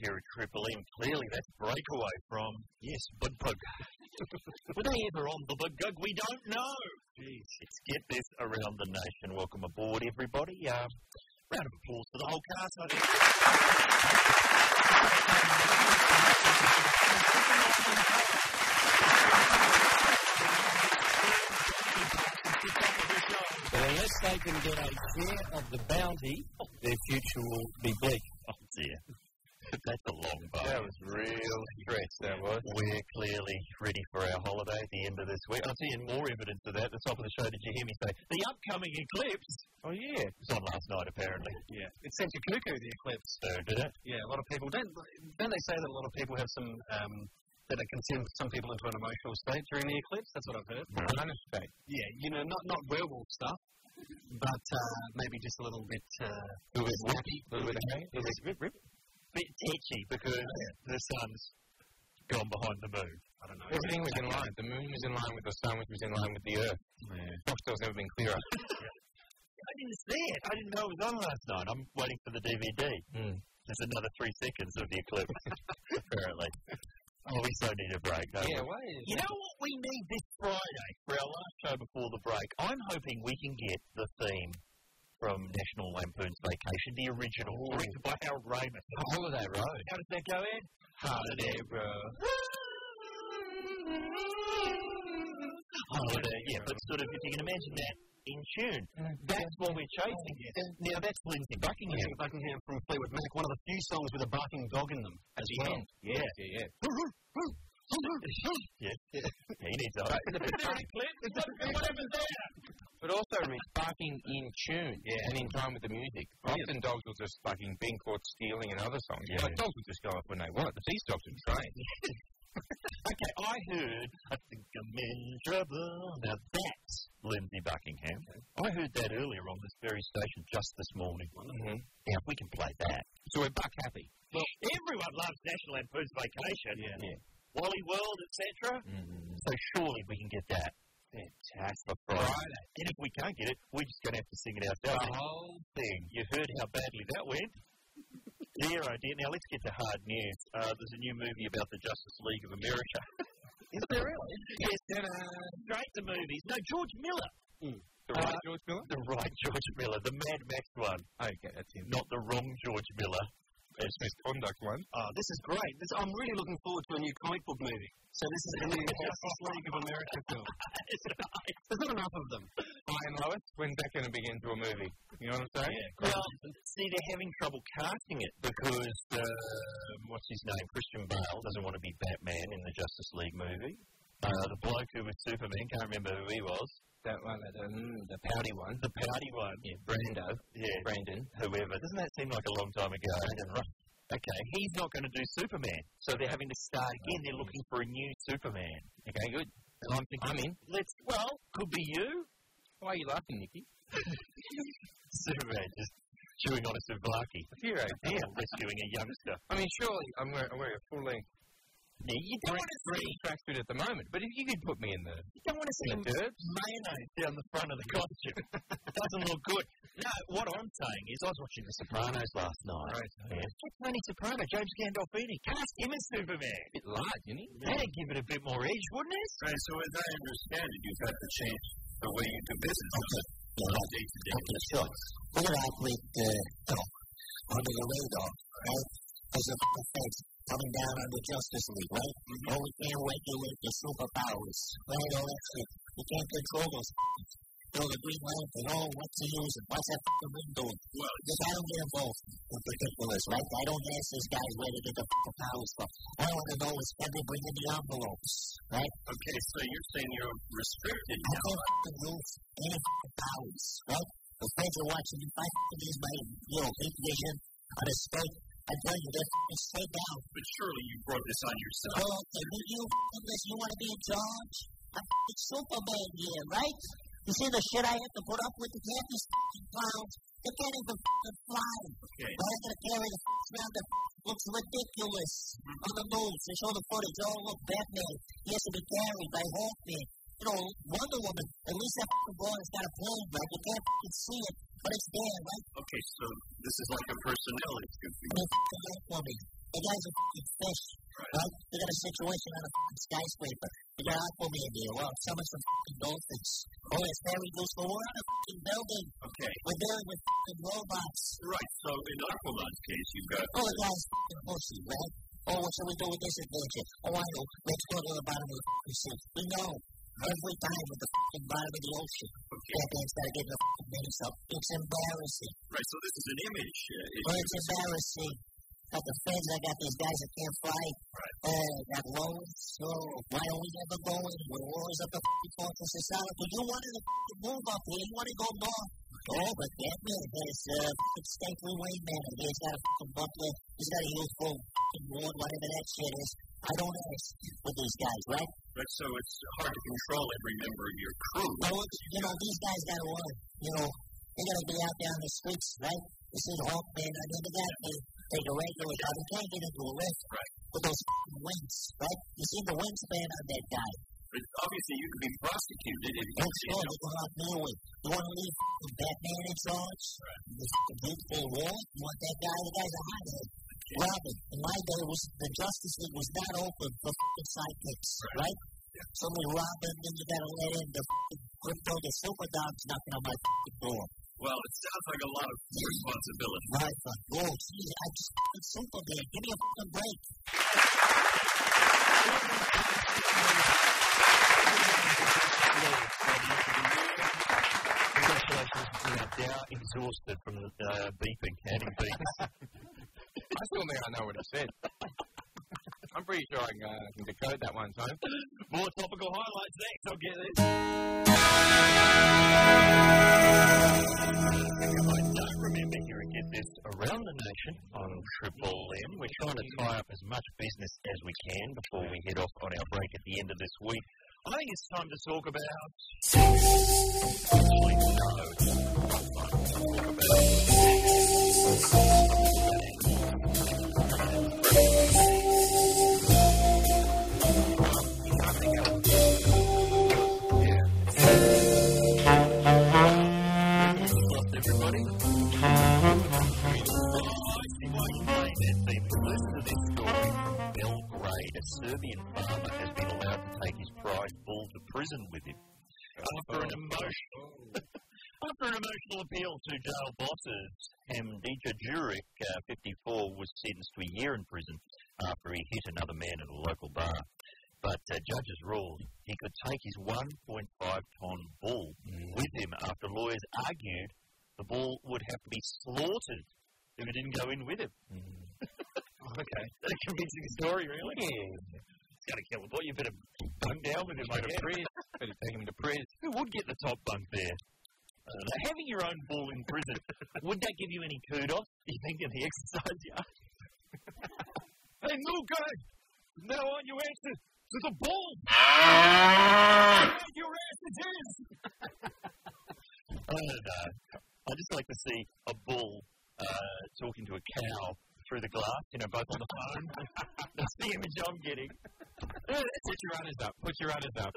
here at Triple M. Clearly, that's breakaway from, yes, Bud Bug. Were they ever on the Bud Gug? We don't know. Jeez, it's Get This Around the Nation. Welcome aboard, everybody. Um, round of applause for the whole cast. I think. But unless they can get a share of the bounty, their future will be bleak. Oh, dear. That's a long bar. That was real stress, that was. We're clearly ready for our holiday at the end of this week. I'm seeing more evidence of that at the top of the show. Did you hear me say the upcoming eclipse? Oh, yeah. It was on last night, apparently. Yeah. It sent you cuckoo, the eclipse. So did it? Yeah, a lot of people don't. Don't they say that a lot of people have some um, that it can send some people into an emotional state during the eclipse? That's what I've heard. Right. An state. Yeah, you know, not not werewolf stuff, but uh, maybe just a little bit. Uh, a little bit happy, a little bit happy. It was a bit, bit, bit tetchy because the sun's gone behind the moon. I don't know. Everything was in line. The moon was in line with the sun, which was in line with the earth. Foxtel's never been clearer. I didn't see it. I didn't know it was on last night. I'm waiting for the DVD. Hmm. There's another three seconds of the eclipse, apparently. Oh, we so need a break, don't we? Yeah, why is You know what we need this Friday for our last show before the break? I'm hoping we can get the theme from National Lampoon's Vacation, the original, written by Harold Ramis. Holiday Road. How does that go, Ed? Holiday, bro. Holiday, yeah, but sort of, if you can imagine that in tune, that's what we're chasing. Now, that's Lindsay Buckingham. Lindsay Buckingham from Fleetwood Mac, one of the few songs with a barking dog in them as well. Yeah. Yeah, yeah. yeah. He needs a What happens there? But also, Rich, barking in tune yeah. and in time with the music. Often dogs will just fucking being caught stealing and other songs. Yeah. Like, dogs will just go off when they want. But these dogs are trained. Okay, I heard. I think I'm in trouble. Now that's Lindsay Buckingham. I heard that earlier on this very station just this morning. Mhm. Now, if we can play that. So we're buck happy. Well, everyone loves National Lampoon's Vacation. Yeah. Yeah. Mm-hmm. Wally World, etc. So surely we can get that. Fantastic. For Friday. And if we can't get it, we're just going to have to sing it ourselves. The whole thing. You heard how badly that went. dear, oh dear. Now let's get to hard news. Uh, there's a new movie about the Justice League of America. Is there really? Yes. uh, Straight to movies. No, George Miller. The Uh, right, George Miller? The right George Miller. The Mad Max one. Okay, that's him. Not the wrong George Miller. That's misconduct one. Oh, this is great. This, I'm really looking forward to a new comic book movie. So this is the new Justice League of America film. There's not enough of them. Ryan Lois, when's that going to begin to a movie? You know what I'm saying? Well, see, they're having trouble casting it because um, what's his name? Christian Bale doesn't want to be Batman in the Justice League movie. Uh, the bloke who was Superman, can't remember who he was. That one, that, um, the pouty one. The pouty one, Yeah, Brando. yeah, Brandon. whoever. Doesn't that seem like a long time ago? Okay, he's not going to do Superman, so they're having to start again. They're looking for a new Superman, Okay, good. and I'm thinking, I'm in. let's. Well, could be you. Why are you laughing, Nikki? Superman just chewing on a souvlaki. Hero. Yeah, rescuing a youngster. I mean, surely I'm wearing, I'm wearing a full length Now, you don't want to see tracksuit at the moment, but if you could put me in the You don't want to see in the dirt, mayonnaise down the front of the costume. Doesn't look good. No, what I'm saying is, I was watching The Sopranos last night. Right. Yeah. Like Tony Soprano, James Gandolfini, cast him as Superman. a bit large, isn't he? That'd give it a bit more edge, wouldn't it? Right, so as I understand it, you've had to change the way you do business. Okay. Day to day. Okay, sure. What about with the uh, film? Under the radar, right? As a fucking face coming down under Justice League, right? Oh, we can't wait to wait for superpowers, right? All that shit. We can't control those things. They're the Green Lantern. Oh, what's he using? What's that fucking ring doing? Well, because I don't get involved in particulars, right? I don't ask this guy where to get the fucking powers from. I want to know is when they bring in the envelopes, right? Okay, so you're saying you're restricted I can't fucking move any fucking powers, right? The friends are watching me fight and use my, you know, big vision on a stake. I tell you, they're fucking straight down. but surely you brought this on yourself. Oh, okay, would you fucking listen? You want to be in charge? I'm fucking Superman here, right? You see the shit I have to put up with to get these fucking clowns? They can't even fucking fly. Okay. Why are they carrying the fucking around that fucking looks ridiculous? On the moves, they show the footage. Oh, look, Batman. He has to be carried by Hawkman. You know, Wonder Woman, at least that fucking boy has got a plane, right? You can't fucking see it, but it's there, right? Okay, so this is like a personality. I mean, fucking Batwoman. The guy's a fucking fish, right? You got a situation on a fucking skyscraper. You got Aquaman there. Well, someone's a fucking dolphins. Oh, it's Harry goes for we're on a fucking building. Okay. We're dealing with fucking robots. Right. So in Aquaman's case, you've got Oh, the guy's fucking pussy, right? Oh, what shall we do with this adventure? Oh, I know. Let's go to the bottom of the fucking sea. We know. Every time at the fucking bottom of the ocean, that guy's gotta get the fucking minutes up. It's embarrassing. right. So this is an image. Uh, Well, it- it's embarrassing. Got the friends, I got these guys that can't fly. Oh, I got loans. So why don't we ever go in? We're always up the fucking fortress society. But you wanted to fucking move up here. You want to go north. Oh, but that man has a uh, fucking stately way man. He's got a fucking butler. He's got a youthful fucking ward, whatever that shit is. I don't ask with these guys, right? right. So it's hard to control every member of your crew. So, you know, these guys gotta work. You know, they gotta be out there on the streets, right? This is Hawkman, I mean, the guy can take a regular job. He can't get into a lift with those f***ing wings, right? You see the wingspan on that guy. But obviously, you could be prosecuted if you Don't show the hot Norway. You want to leave f***ing Batman in charge? The f***ing beautiful war? You want that guy? The guy's a hothead. Robin, in my day, was the Justice League was not open for f***ing sidekicks, right? So many Robin, then you gotta let in the f***ing crypto, the super dogs knocking on my f***ing door. Well, it sounds like a lot of responsibility. Right, but whoa, geez, I just f***ing Superman. Give me a f***ing break. Congratulations, you are now exhausted from the uh, beeping, adding beeps. I still think I know what it said. I'm pretty sure I can, uh, can decode that one time. More topical highlights next. I'll get this. I don't remember hearing get this around the nation on Triple M. We're trying to tie up as much business as we can before we head off on our break at the end of this week. I think it's time to talk about. Actually, no, it's not time to talk about Belgrade, a Serbian farmer has been allowed to take his prize bull to prison with him. After an emotional, after an emotional appeal to jail bosses, Hamdija Juric, uh, 54, was sentenced to a year in prison after he hit another man at a local bar. But uh, judges ruled he could take his 1.5 ton bull with him after lawyers argued the bull would have to be slaughtered if it didn't go in with him. Okay. That's a convincing story, really. Yeah. He's got to kill the boy. You better bunk down with him, I guess. Better take him to Prez, Who would get the top bunk there? I don't know. Uh, Having your own ball in prison, would that give you any kudos? You think in the exercise yard? hey, new guy! From Now on, you answer to the ball! your ass it is! I don't know. uh, I just like to see a bull uh, talking to a cow through the glass, you know, both on the phone. That's the image I'm getting. Put your runners up. Put your runners up.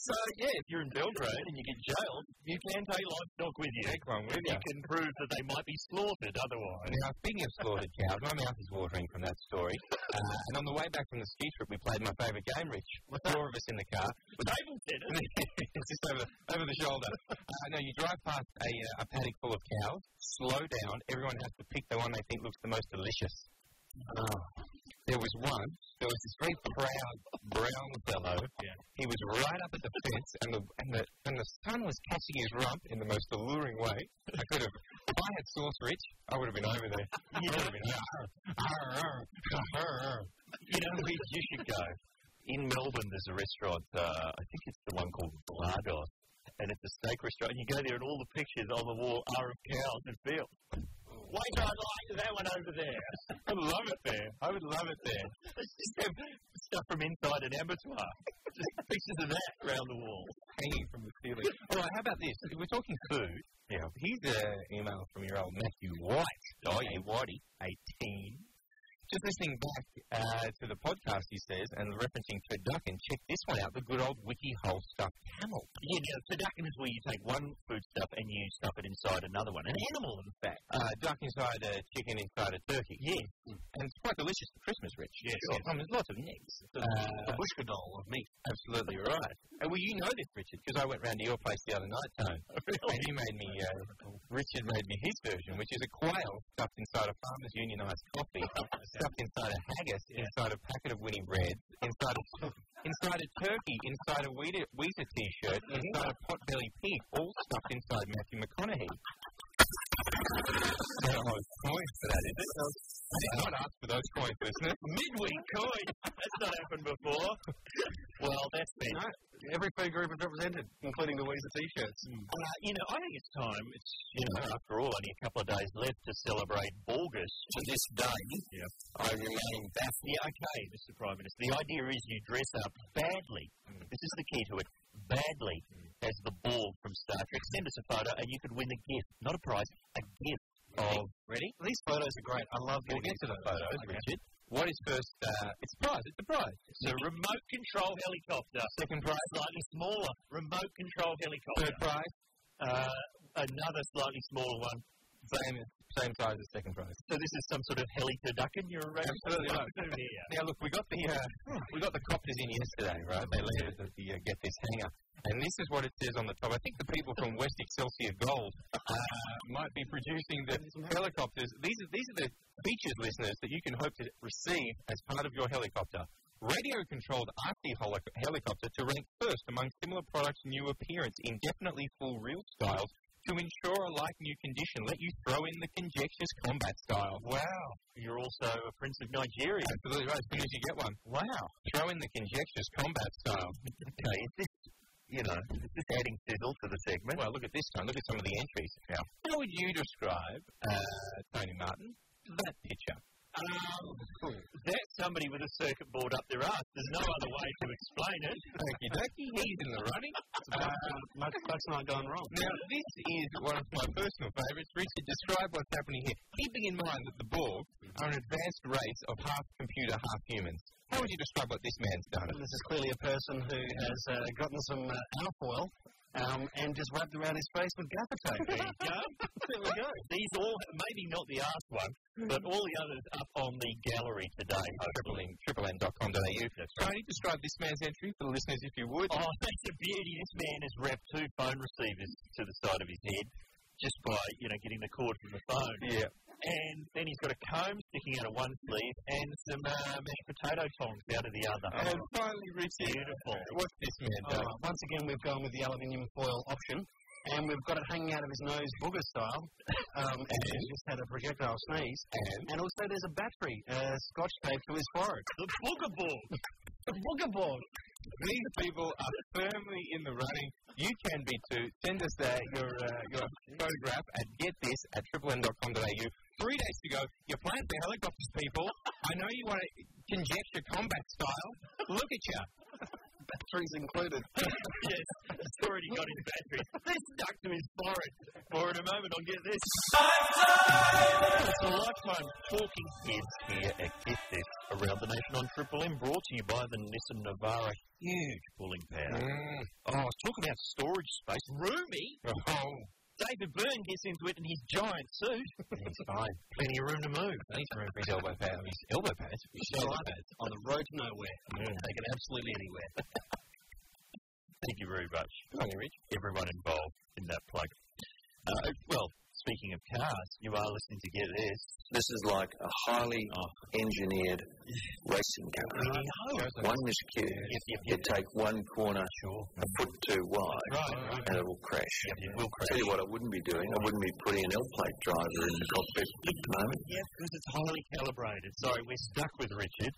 So yeah, if you're in Belgrade and you get jailed, you can take livestock with you. Take one with You you. can prove that they might be slaughtered otherwise. Now, speaking of slaughtered cows, my mouth is watering from that story. Uh, and on the way back from the ski trip, we played my favourite game, Rich. With four of us in the car. Table tennis. it's just over, over the shoulder. Uh, no, you drive past a, uh, a paddock full of cows, slow down, everyone has to pick the one they think looks the most delicious. There was one, there was this very proud brown fellow. He was right up at the fence, and the, and, the, and the sun was catching his rump in the most alluring way. I could have, if I had sauce rich, I would have been over there. I would have been, You know where you should go. In Melbourne, there's a restaurant. Uh, I think it's the one called Blardos, and it's a steak restaurant. You go there, and all the pictures on the wall are of cows and fields. Wait, I like that one over there. I love it there. I would love it there. It's just them stuff from inside an abattoir. Just pictures of that around the wall. hanging from the ceiling. All right, how about this? If We're talking food. Yeah. Here's an email from your old Matthew White. Oh, yeah. Whitey, 18. Just listening back uh, to the podcast, he says, and referencing Turducken, check this one out the good old Wiki Hole stuffed camel. Yeah, now, turducken is where you take one foodstuff and you stuff it inside another one. An animal, in fact. Uh, duck inside a chicken inside a turkey. Yes. And it's quite delicious for Christmas, Rich. Yes, yes. I mean, there's lots of necks. A bushka doll of meat. Uh, Absolutely right. Uh, well, you know this, Richard, because I went round to your place the other night, Tone. Oh, And you made me, uh, Richard made me his version, which is a quail stuffed inside a farmer's unionised coffee, stuffed inside a haggis, inside a packet of Winnie bread, inside a, inside a turkey, inside a Weezer, Weezer t-shirt, inside a pot-bellied pig, all stuffed inside Matthew McConaughey. There are no coins for that, is it? I did not ask for those coins, listeners. Midweek coin. That's not happened before. well, that's been. No, every food group is represented, including the Weezer t-shirts. Uh, you know, I think it's time. It's you know, after all, only a couple of days left to celebrate Borgus. To this day, I remain baffled. Yeah, okay, Mr. Prime Minister. The idea is you dress up badly. This is the key to it. Badly as the Borg from Star Trek. Send us a photo, and you could win a gift, not a prize, a gift. Of ready? These photos are great. I love getting We'll get to the photos, Richard. What is first? Uh, it's prize. It's a prize. So remote control helicopter. Second prize. Slightly smaller remote control helicopter. Third prize. Uh, another slightly smaller one. Same, same size as second prize. So this is some sort of heli turducken you're arranging? Absolutely not. Yeah. Now look, we got the uh, we got the copters in yesterday, right? They landed at the uh, get this hangar, and this is what it says on the top. I think the people from West Excelsior Gold uh, might be producing the helicopters. These are these are the features, listeners, that you can hope to receive as part of your helicopter. Radio-controlled RC holo- helicopter to rank first among similar products' new appearance, indefinitely full reel styles. To ensure a like new condition, let you throw in the conjectures combat style. Wow. You're also a prince of Nigeria. Absolutely right. As soon as you get one. Wow. Throw in the conjectures combat style. Okay, is this, you know, is this adding sizzle to the segment? Well, look at this one. Look at some of the entries now. How would you describe uh, Tony Martin? That picture. Um, That's somebody with a circuit board up their ass. There's no other way to explain it. Thank you, Ducky. He's in the running. Uh, Much, much not gone wrong. now, this is one of my personal favourites. Richard, describe what's happening here. Keeping in mind that the Borg are an advanced race of half computer, half humans. How would you describe what this man's done? This is clearly a person who has uh, gotten some uh, alfoil um, and just wrapped around his face with gaffer tape. There you go. there we go. These all, maybe not the ass one, but all the others up on the gallery today. Triple N, triple N.com.au. Tony, describe this man's entry for the listeners, if you would. Oh, that's a beauty. This man has wrapped two phone receivers to the side of his head just by, you know, getting the cord from the phone. Yeah. And then he's got a comb sticking out of one sleeve and some uh, mashed potato tongs out of the other. And finally, Richard, beautiful. what's this man All done? right, Oh, once again, we've gone with the aluminium foil option, and we've got it hanging out of his nose, booger style, um, and he's just had a projectile sneeze. And And also, there's a battery uh, scotch tape to his forehead. The booger ball. The booger ball. these people are firmly in the running. You can be too. Send us uh, your uh, your photograph at getthis at triplem.com.au. Three days to go. You're playing for helicopters, people. I know you want to conjecture combat style. Look at you. Batteries included. yes, it's already got his battery. This stuck to his forehead. Or in a moment, I'll get this. It's a lifetime talking kids here at Get This around the nation on Triple M, brought to you by the Nissan Navara. Huge pulling power. Oh, talk about storage space. Roomy. Oh, David Byrne gets into it in his giant suit. he's fine. Plenty of room to move. He's room for his elbow pads. His elbow pads. His shoulder pads. on the road to nowhere. Mm. They can absolutely anywhere. Thank you very much. Come on, Rich. everyone involved in that plug. Uh, well, speaking of cars, you are listening to Get This. This is like a highly engineered racing car. One miscue, Yep, yep, you take one corner a foot too wide, Right, right. and it will crash. Yep, it will Tell crash. you what, I wouldn't be doing. I wouldn't be putting an L-plate driver in the cockpit at the moment. Yeah, because it's highly calibrated. Sorry, we're stuck with Richard.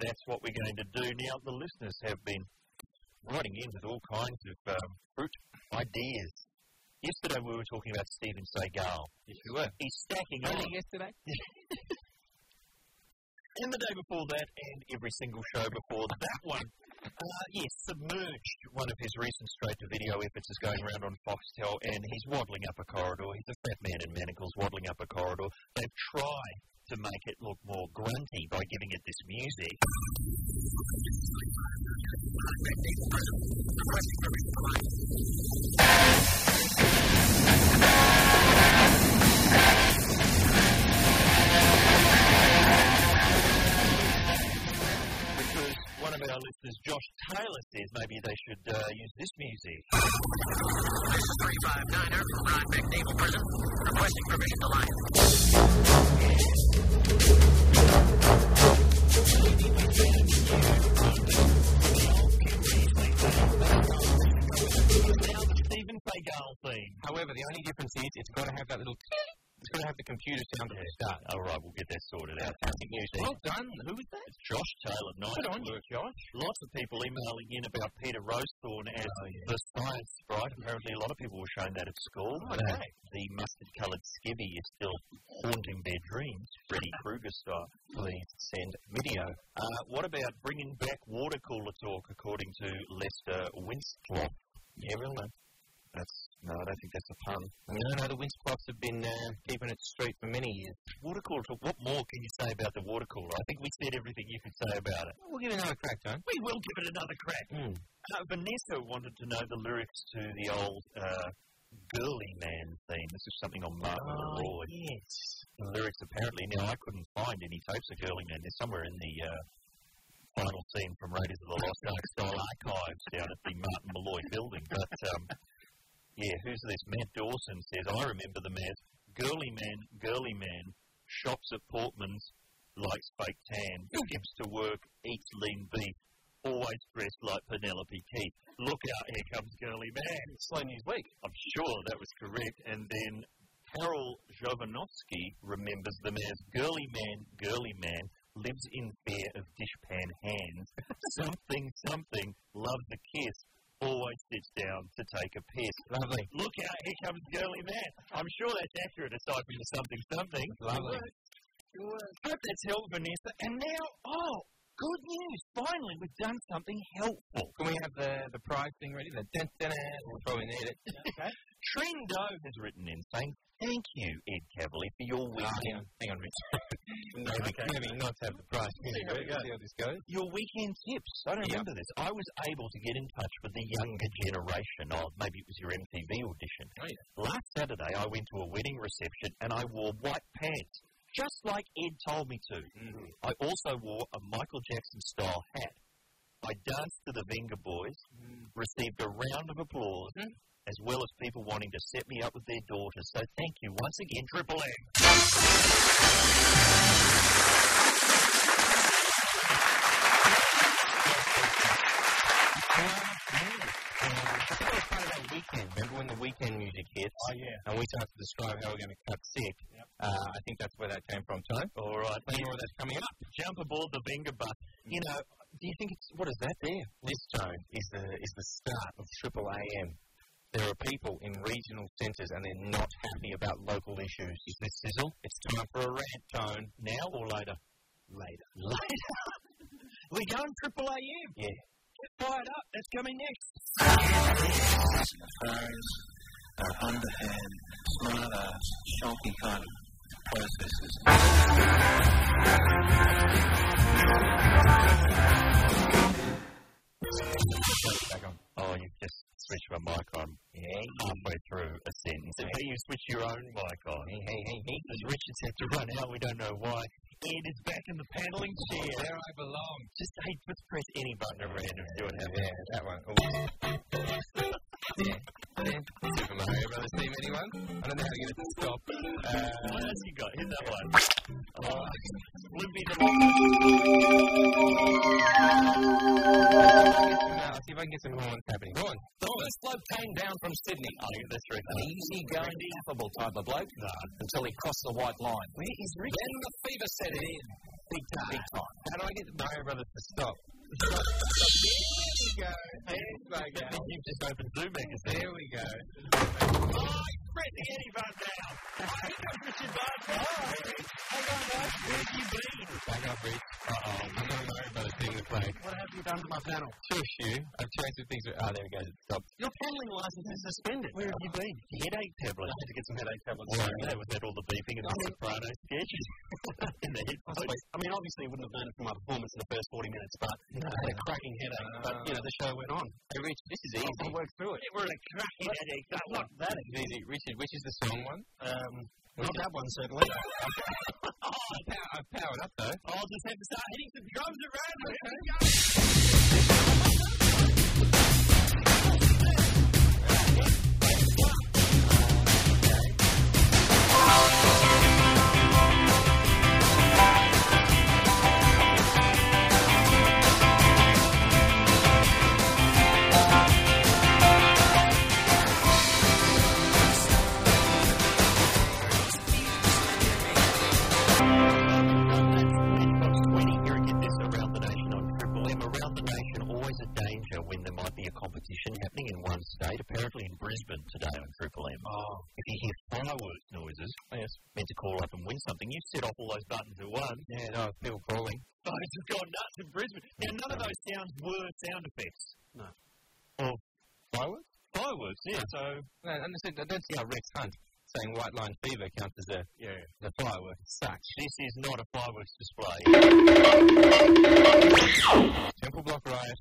That's what we're going to do now. The listeners have been writing in with all kinds of um, fruit ideas. Yesterday we were talking about Steven Seagal. Yes, we were. He's stacking on. yesterday. and the day before that, and every single show before that one. Uh, yes, Submerged, one of his recent straight to video efforts, is going around on Foxtel, and he's waddling up a corridor. He's a fat man in manacles waddling up a corridor. They've tried to make it look more grunty by giving it this music. Because one of our listeners, Josh Taylor, says maybe they should uh, use this music. Stephen Seagal thing. However, the only difference is it's got to have that little. It's got to have the computer sound at the start. All right, we'll get that sorted out. Well done. Who was that? Josh Taylor, nice Good on you, work. Josh. Lots of people emailing in about Peter Rosethorn as Oh, the science sprite. Apparently, a lot of people were shown that at school. Oh, uh, okay. The mustard-coloured skivvy is still haunting their dreams, Freddy Krueger style. Please send video. Uh, what about bringing back water cooler talk, according to Lester Winstloff? Yeah, really? That's no, I don't think that's a pun. No, no, the Winchcloths have been uh, keeping it straight for many years. Water cooler talk. What more can you say about the water cooler? I think we said everything you could say about it. We'll give it another crack, John. We will give it another crack. Mm. Uh, Vanessa wanted to know the lyrics to the old uh, girly man theme. This is something on Martin oh, Roy. Yes. The lyrics apparently. Now I couldn't find any tapes of girly man. They're somewhere in the uh, final scene from Raiders of the Lost Ark style archives down at the Martin Malloy building. But um, yeah, who's this? Matt Dawson says I remember the Matt. Girly man, girly man, shops at Portman's, likes fake tan, skips to work, eats lean beef, always dressed like Penelope Keith. Look out, here comes Girly Man. Slow News Week. I'm sure that was correct. And then Carol Jovanovsky remembers them as Girly Man, Girly Man, lives in fear of dishpan hands, something, something, loves a kiss, always sits down to take a piss. Lovely. Look out, here comes Girly Man. I'm sure that's accurate aside from the something, something. Lovely. Hope that's helped, Vanessa. And now, oh, good news. Finally, we've done something helpful. Can we have the, the prize thing ready? The dun dun dun. We'll probably need it. Trindo has written in saying, Thank you, Ed Cavalier, for your Ah, hang weekend. on, hang on, Rich. maybe, maybe not have the prize. There we go. See how this goes. Your weekend tips. I don't remember this. I was able to get in touch with the younger generation. Oh, maybe it was your MTV audition. Oh, Last Saturday, I went to a wedding reception and I wore white pants, just like Ed told me to. Mm-hmm. I also wore a Michael Jackson style hat. I danced to the Venga Boys, Mm. received a round of applause, as well as people wanting to set me up with their daughters. So thank you once again, Triple M. It's part of that weekend. Remember when the weekend music hits? Oh, yeah. And we start to describe how we're going to cut sick. Uh, I think that's where that came from, Tone. All right, Plenty more of that's coming up. jump aboard the Venga bus. You know, Do you think it's what is that there? This tone is the is the start of Triple AM. There are people in regional centres and they're not happy about local issues. Is this sizzle? It's time for a rant tone. now or later? Later. Later. we going triple AM. Yeah. Get fired up. That's coming next. Phones are uh, underhand, smart ass, shonky cunt processes. Oh, you've just switched my mic on halfway through a sentence. How you switch your own mic on? Hey, hey, hey, hey. Because Richard's had to run out. We don't know why. Ed is back in the paneling chair. Where Oh, I belong. Just, hey, just press any button at random. See what happens. Yeah, that one. Oh. yeah. yeah. Super Mario Brothers team, anyone? I don't know how to get it to stop. Uh, What else you got? Hit that one. Oh, would be the I'll see if I can get some horns happening. Horns. Donald Slope came down from Sydney. Oh, that's right. An easygoing, affable type of bloke. Until he crossed the white line. Where is Rick? Then the fever set in. Big time. Big time. How do I get the Mario Brothers to stop? there we go. There we go. You've just opened Zoom magazine. There we go. Fred the Eddie Van Down. Richard Barton. Hang on, guys. Where have you been? Back up, Rich. Uh-oh. I'm going to Mario Brothers thing. The mate. What have you done to my panel? Shush you. I've changed the things. Oh, there we go. Stop. Your paneling license is suspended. Where have you been? Headache tablets. I had to get some headache tablets. That was that all the beeping and the soprano sketch. and the head Wait, I mean, obviously, you wouldn't have known it from my performance in the first 40 minutes, but I had a cracking headache. but, you know, the show went on. Oh, Hey, Rich, this is easy. I worked through it. We're a cracking headache. That one. That This is easy. Richard, which is the strong one? Um, not that one, certainly. Oh, I pow- I've powered up, though. Oh, I'll just have to start hitting some drums around. Fox 20 here at Get This Around the Nation on Triple M. Around the Nation, always a danger when there might be a competition happening in one state, apparently in Brisbane today on Triple M. Oh. If you hear fireworks noises, yes. meant to call up and win something, you set off all those buttons at once. Yeah, no, people calling. Phones have gone nuts in Brisbane. Now, none of those sounds were sound effects. No. Or Fireworks? fireworks, yeah. So, No, and I said- I don't see how Rex Hunt saying white line fever counts as a, yeah. a firework. It sucks. this is not a fireworks display. Temple Block Riot.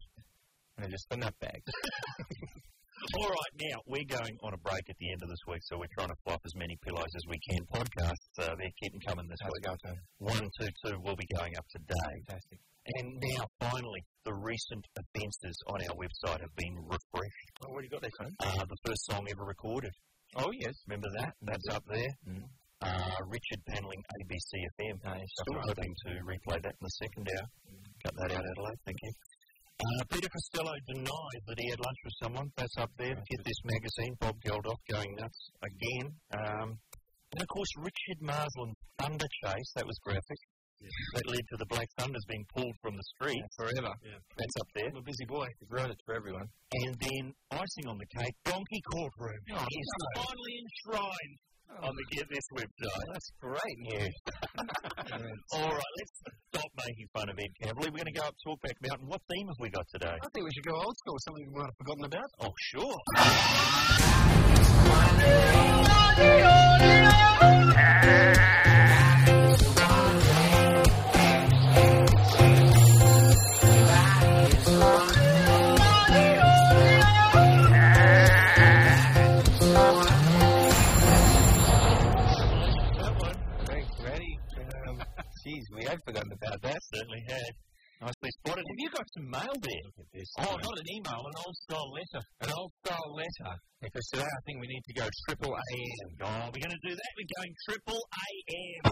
And just a nutbag. All right, now we're going on a break at the end of this week, so we're trying to flop as many pillows as we can. Podcasts, uh, they're keeping coming this week. One, two, two will be going up today. Fantastic. And now, finally, the recent offences on our website have been refreshed. Oh, where you got that from? Uh, the first song ever recorded. Oh, yes. Remember that? That's up there. Uh, Richard Panelling, ABC FM. Still hoping to replay that in the second hour. Cut that out, Adelaide. Thank you. Uh, Peter Costello denied that he had lunch with someone. That's up there. Get this magazine, Bob Geldof going nuts again. Um, and of course, Richard Marsland's Thunder Chase, that was graphic. That led to the Black Thunders being pulled from the street. Forever. That's up there. I'm a busy boy. You've ruined it for everyone. And then, icing on the cake, Donkey Courtroom is finally enshrined on the Get This website. That's great news. All right, let's stop making fun of Ed Campbell. We're going to go up Talkback Mountain. What theme have we got today? I think we should go old school, something we might have forgotten about. Oh, sure. Very ready. Um, Jeez, we have forgotten about that. Certainly had. Nicely spotted. Have you got some mail there? Oh, not an email, an old style letter. An old style letter. Because today I think we need to go triple AM. Oh, we're going to do that. We're going triple AM.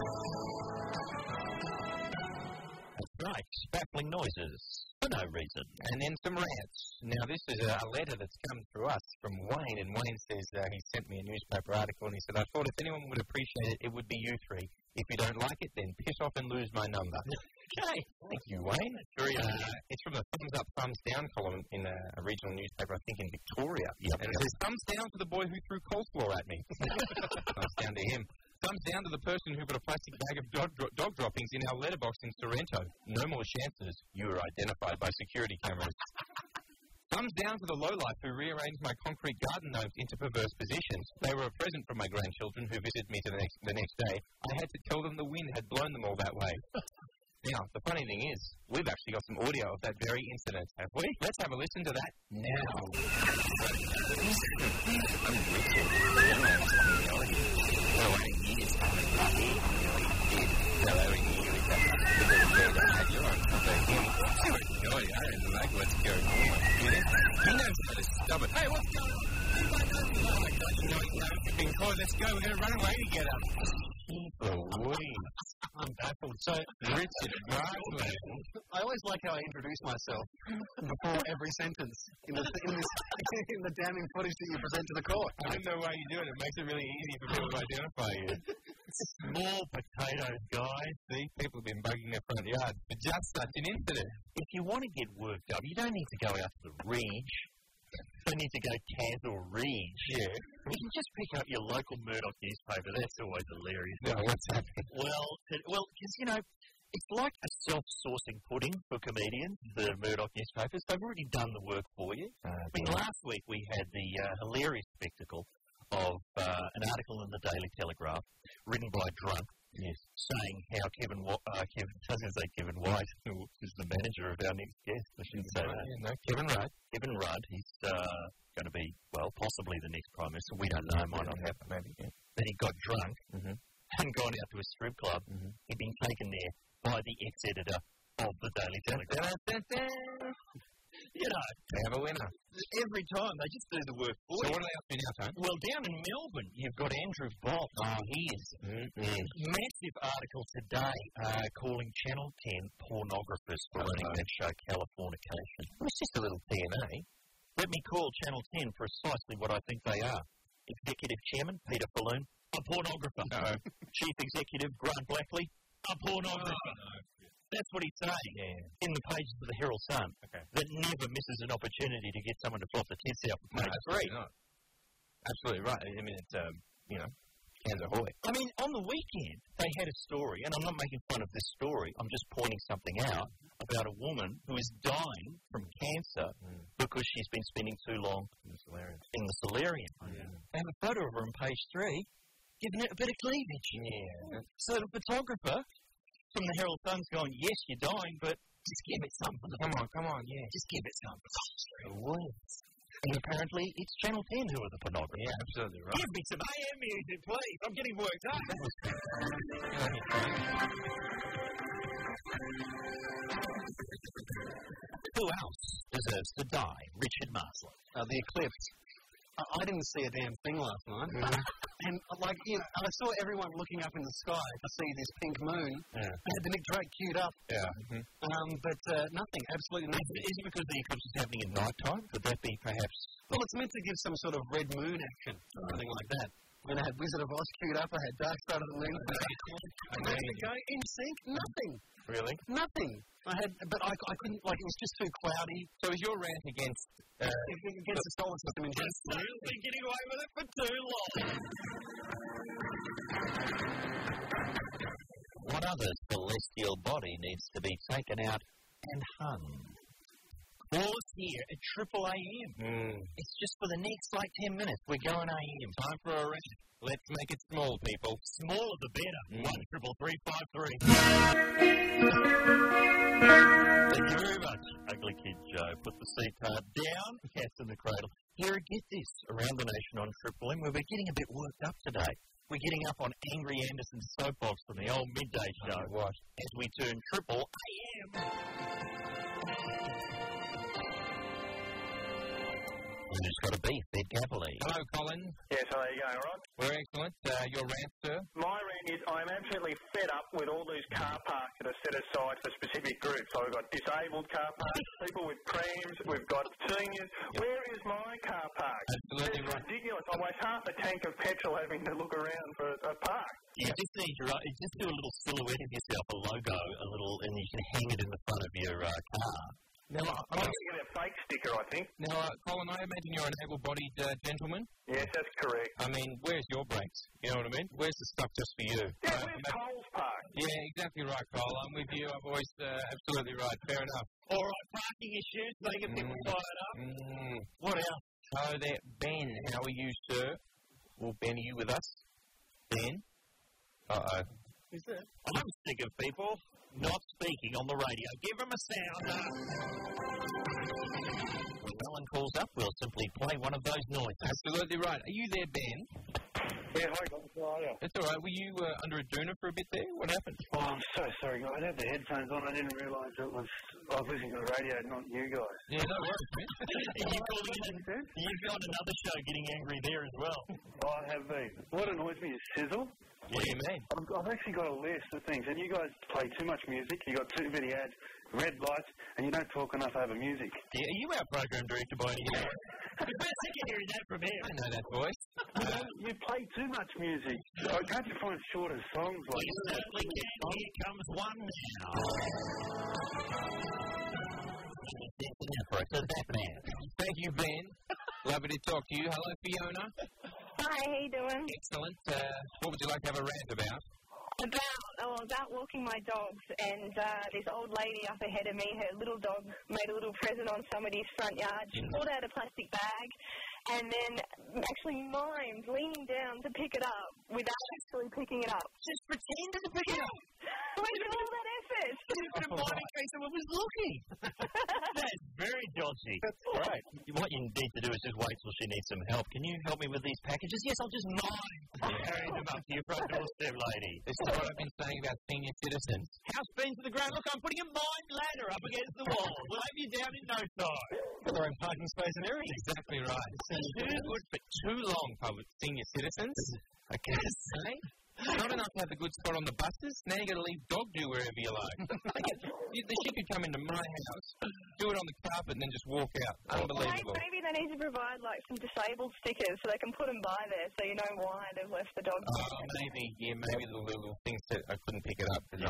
That's right. Baffling noises for no reason. And then some rants. Now, this is a, a letter that's come through us from Wayne, and Wayne says uh, he sent me a newspaper article and he said, I thought if anyone would appreciate it, it would be you three. If you don't like it, then piss off and lose my number. okay. Thank you, Wayne. Uh, it's from the thumbs up, thumbs down column in a, a regional newspaper, I think in Victoria. And it says, thumbs down to the boy who threw coleslaw at me. thumbs down to him. Thumbs down to the person who put a plastic bag of dog, dro- dog droppings in our letterbox in Sorrento. No more chances. You were identified by security cameras. Thumbs down to the lowlife who rearranged my concrete garden gnomes into perverse positions. They were a present from my grandchildren who visited me to the next, the next day. I had to tell them the wind had blown them all that way. now, the funny thing is, we've actually got some audio of that very incident, have we? Let's have a listen to that now. Let's go, we're going to run away together. I'm baffled. So, Richard, I always like how I introduce myself before every sentence in the, in, this, in the damning footage that you present to the court. I don't know why you do it. It makes it really easy for people to identify you. More potatoes, guys. See, people have been bugging their front yard for just such an incident. If you want to get worked up, you don't need to go out to the Rege. You don't need to go Cairns or Rege. Yeah. You can just pick up your local Murdoch newspaper. That's always hilarious. No, what's happening? Well, it- well, because you know, It's like a self-sourcing pudding for comedians, the Murdoch newspapers. They've already done the work for you. I mean, last week we had the uh, hilarious spectacle of uh, an article in the Daily Telegraph written by a Drunk yes. saying how Kevin, Wa- uh, Kevin, I was going to say Kevin White, who is the manager of our next guest, I shouldn't say that. No, Kevin Rudd. Kevin Rudd, he's uh, going to be, well, possibly the next Prime Minister. We don't know, might not happen. Maybe, Then he got drunk and gone out to a strip club. He'd been taken there by the ex editor of the Daily Telegraph. you know, They have a winner. every time they just do the work for So you. what do they up to now, Tone? Well, down in Melbourne, you've got Andrew Bolt. Oh, he is. Mm-hmm. Massive article today uh, calling Channel 10 pornographers for Uh-huh. running that show Californication. It was just a little DNA. Let me call Channel 10 precisely what I think they are. Executive Chairman Peter Falloon, a pornographer. Chief Executive Grant Blackley, a pornographer. Oh, That's what he's saying in the pages of the Herald Sun. Okay. That never misses an opportunity to get someone to flop the tits out for page three. Absolutely not. Absolutely right. I mean, it's, um, you know, cans ahoy. I mean, on the weekend, they had a story, and I'm not making fun of this story, I'm just pointing something out about a woman who is dying from cancer Mm. because she's been spending too long in the solarium. Oh, They have a photo of her on page three, giving it a bit of cleavage. Yeah. So the photographer from the Herald Sun's going, Yes, you're dying, but just give it something. Come on, come on, yeah. Just give it something. And apparently, it's Channel 10 who are the pornographers. Yeah, absolutely right. Give me some AM music, please. I'm getting worked up. Who else deserves to die? Richard Marsland. uh, the eclipse. I, I didn't see a damn thing last night. and uh, like you know, I saw everyone looking up in the sky to see this pink moon. I had the Nick Drake queued up. Yeah. Um, but uh, nothing, absolutely Is, nothing. is it because the eclipse is happening at night time? Could that be perhaps? Well, it's meant to give some sort of red moon action, something like that. And I had Wizard of Oz queued up. I had Dark Side of the Moon. Vertigo, in sync, nothing, Really? nothing. I had, but I, I couldn't. Like it was just too cloudy So is your rant against against the solar system in general. been getting away with it for too long. What other celestial body needs to be taken out and hung? Claws here at triple AM. It's just for the next like ten minutes. We're going AM. Time for a rest. Let's make it small, people. Smaller the better. One triple three five three. Thank you very much. Ugly Kid Joe put the C card down, cast in the cradle. Here, get this, around the nation on Triple M, where we're getting a bit worked up today. We're getting up on Angry Anderson's soapbox from the old midday show as we turn Triple AM. Who's got a beef? Ed Capoli. Hello, Colin. Yes, how are you going, all right? We're excellent. Uh, your rant, sir? My rant is I'm absolutely fed up with all these car parks that are set aside for specific groups. So we've got disabled car parks, people with prams, we've got seniors. Where is my car park? Absolutely It's right. ridiculous. I waste half a tank of petrol having to look around for a park. You just need your, you just do a little silhouette of yourself, a logo, a little, and you can hang it in the front of your uh, car. Now, uh, I'm going to get a fake sticker, I think. now uh, Colin, I imagine you're an able-bodied uh, gentleman. Yes, that's correct. I mean, where's your brakes? You know what I mean? Where's the stuff just for you? Yeah, Uh, where's Coles Park? yeah, exactly right, Cole. I'm with you. I've always uh, absolutely right. Fair enough. All right, parking issues, they get people fired up. Mm. What else? Hello there, Ben. How are you, sir? Well, Ben, are you with us? Ben? Uh-oh. I'm sick of people not speaking on the radio. Give them a sound. When Alan calls up, we'll simply play one of those noises. Absolutely right. Are you there, Ben? Yeah, hi, guys. How are you? That's all right. Were you uh, under a doona for a bit there? What happened? Oh, I'm so sorry, guys. I had the headphones on. I didn't realise it was. I was listening to the radio, not you guys. Yeah, no worries, You've man. got, you've got another show getting angry there as well. I have been. What annoys me is sizzle. what do you mean? I've, I've actually got a list of things, and you guys play too much music. You got too many ads, red lights, and you don't talk enough over music. Yeah, are you our program director by any chance? We're sick of hearing that from him. I know that voice. You, know, you play too much music. I can't you find shorter songs We like certainly can. Here comes one now. So that man. Thank you, Ben. Lovely to talk to you. Hello, Fiona. Hi, how you doing? Excellent. Uh, what would you like to have a rant about? about I was out walking my dogs, and uh, this old lady up ahead of me, her little dog made a little present on somebody's front yard. She pulled out a plastic bag, and then mm, actually mimed leaning down to pick it up without actually picking it up. Just pretended to pick it up. We did all that effort. Put a blind in case someone was looking. That's very dodgy. All right. What you need to do is just wait till she needs some help. Can you help me with these packages? Yes, I'll just mine. Carry them up to your front doorstep, lady. This is what I've been saying about senior citizens. House beans to the ground. Look, I'm putting a mine ladder up against the wall. We'll have you down in no time. Got their own parking space and everything. Exactly right. Too good for too long, public senior citizens. I guess. Not enough to have a good spot on the buses. Now you got to leave dog do wherever you like. You- the shit could come into my house, do it on the carpet, and then just walk out. Oh, Maybe, Unbelievable. maybe they need to provide like some disabled stickers so they can put them by there, so you know why they've left the dog. Oh, maybe, yeah, maybe the little things that I couldn't pick it up. Yeah.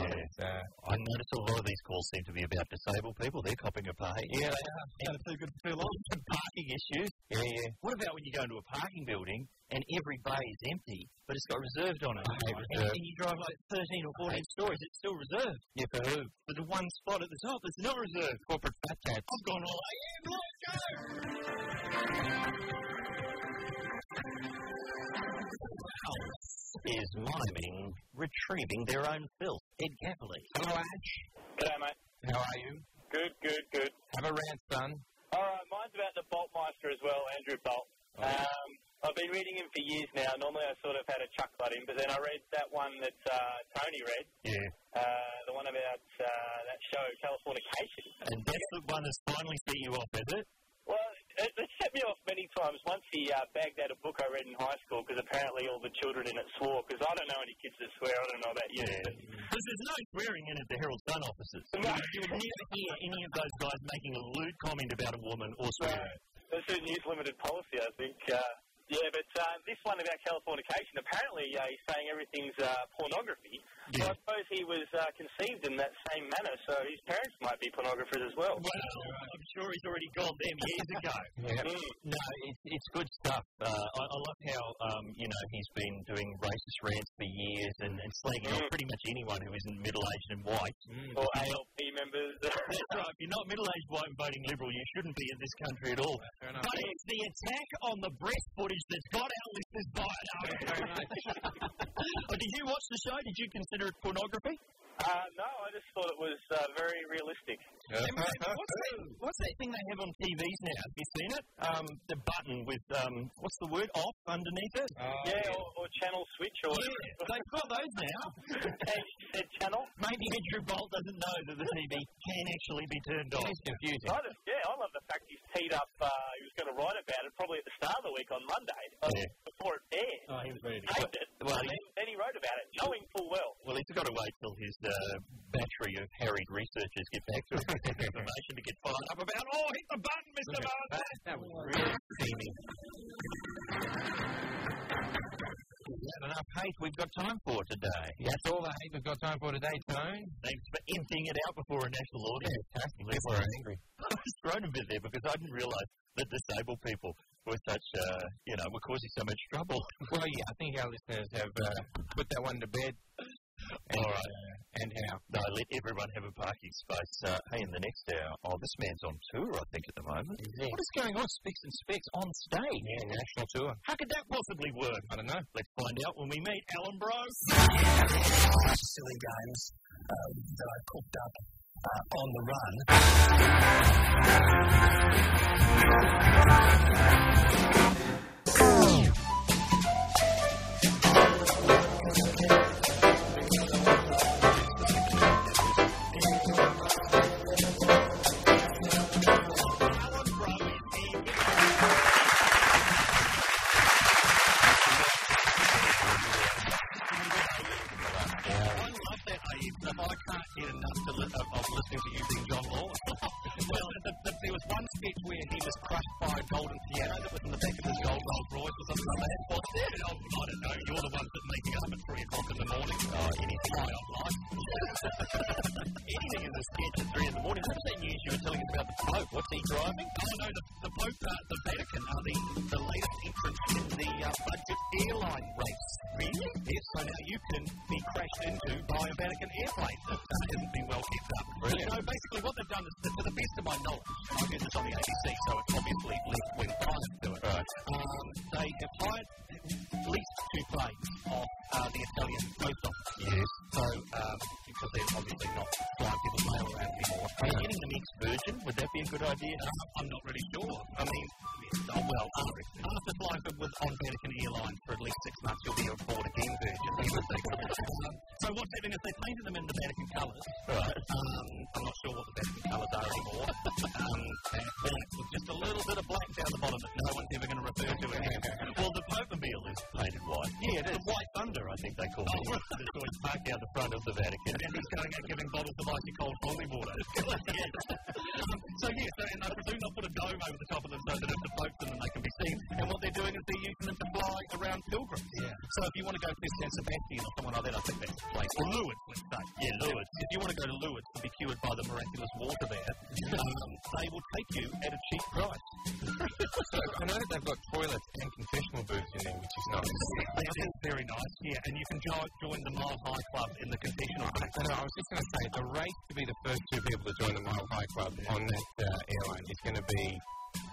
I Uh, notice a lot of these calls seem to be about disabled people. They're copping a pay. yeah, they Too good for too long. parking issues. Yeah, yeah. What about when you go into a parking building and every bay is empty, but it's got reserved on it? hate And reserved. then you drive like 13 or 14 stories, it's still reserved. Yeah, for who? But the one spot at the top is not reserved. Corporate fat cats. I've gone all I am. Let's go. Is miming retrieving their own filth? Ed Catholic. Hello, Ash. G'day, mate. How are you? Good, good, good. Have a rant, son. All right, mine's about the Boltmeister as well, Andrew Bolt. Um, I've been reading him for years now. Normally I sort of had a chuckle at him, but then I read that one that uh, Tony read. Yeah. Uh, the one about uh, that show, Californication. And that's the one that's finally set you off, is it? Well, it, it set me off many times. Once he uh, bagged out a book I read in high school because apparently all the children in it swore. Because I don't know any kids that swear. I don't know about you. but- Because there's no swearing in at the Herald Sun offices. You, No. you would never hear any of those guys making a lewd comment about a woman or swearing. That's a news limited policy, I think. Uh, yeah, but uh, this one about Californication, apparently uh, he's saying everything's uh, pornography. Yeah. Well, I suppose he was uh, conceived in that same manner, so his parents might be pornographers as well. Well, I'm sure he's already gone them years ago. Yeah. Mm. No, it's, it's good stuff. Uh, I, I love how, um, you know, he's been doing racist rants for years and, and slagging off pretty much anyone who isn't middle-aged and white. Or ALP members. That's right. If you're not middle-aged white and voting Liberal, you shouldn't be in this country at all. Fair enough. But it's the attack on the breast footage that's got our listeners fired up. Oh, did you watch the show? Did you consider it pornography? uh, no, I just thought it was uh, very realistic. What's that, what's that thing they have on TVs now? Have you seen it? Um, the button with, um, what's the word, off underneath it? Uh, yeah, or, or channel switch, or Yeah, they've got those now. said channel. Maybe Andrew Bolt doesn't know that the TV can actually be turned off. It's confusing. I just, yeah, I love the fact he's teed up. Uh, he was going to write about it probably at the start of the week on Monday uh, Yeah. before it aired. Oh, he's ready. Taped it, Well, and then, then he wrote about it, knowing full well. Well, he's got to wait till his uh, battery of harried researchers get back to him with this information to get fired up about. Oh, hit the button, Mr. Martin! That was really steamy. Not enough hate we've got time for today. That's all the hate we've got time for today, Tone. Thanks for emptying it out before a national audience. Fantastic. People are angry. I was thrown a bit there because I didn't realise that disabled people were such, uh, you know, were causing so much trouble. Well, yeah, I think our listeners have uh, put that one to bed. And, All right. uh, and how? No, let everyone have a parking space. Uh, hey, in the next hour, oh, this man's on tour, I think, at the moment. What is going on? Specs and Specs on stage. Yeah, national tour. How could that possibly work? I don't know. Let's find out when we meet Alan Bros. silly games um, that I cooked up uh, on the run. I love that age. I can't get enough to li- of, of listening to you being John Law. well, the, the, there was one sketch where he was crushed by a golden piano that was in the back of his gold Rolls Royce or something like that. Well, I don't know. You're the ones that make me up at 3 o'clock in the morning. Oh, anything I like. anything in the sketch at 3 in the morning. What was that news you were telling us about the Pope? What's he driving? Oh, no, the, the Pope, uh, the Vatican are the, the latest entrants in the uh, budget airline race. Really? Yes, so now you can be crash launched into by a Vatican airplane that uh, hasn't been well kept up. So basically, what they've done is, that to the best of my knowledge, I mean, it's on the ABC, so it's obviously leaked when pilots do it. Right. Um, they have hired at least two planes off uh, the Italian coast office. Yes. So, um, because they're obviously not flying people mail around anymore. Are you getting them ex-Virgin? Would that be a good idea? Uh, I'm not really sure. I mean, yeah, oh, well, after, after flying for, with, on Vatican Airlines for at least six months, you'll be aboard again, Virgin. Um, so what's happening is they painted them in the Vatican colours. Right. Um, I'm not sure what the Vatican colours are anymore. um, and black, with just a little bit of black down the bottom that no one's ever going to refer to again. well, the Popemobile is painted white. Yeah, it is. The White Thunder, I think they call it. It's always parked out the front of the Vatican. And he's going out giving bottles of icy cold holy water. Yeah. Um, so, yes, they- and I presume they'll put a dome over the top of them so that if the Pope's in them, they can be seen. And what they're doing is they're using them to fly around pilgrims. Yeah. So if you want to go to San Sebastian or someone like that, I think that's the place. Or Lourdes, let's say. Yeah, Lourdes. If you want to go to Lourdes and be cured by the miraculous water there, um, they will take you at a cheap price. So I know that they've got toilets and confessional booths in there, which is nice. That is very nice, yeah. And you can join, join the Mile High Club in the confessional. I know, I was just going to say, the race to be the first two people to join the Mile High Club on that uh, airline is going to be...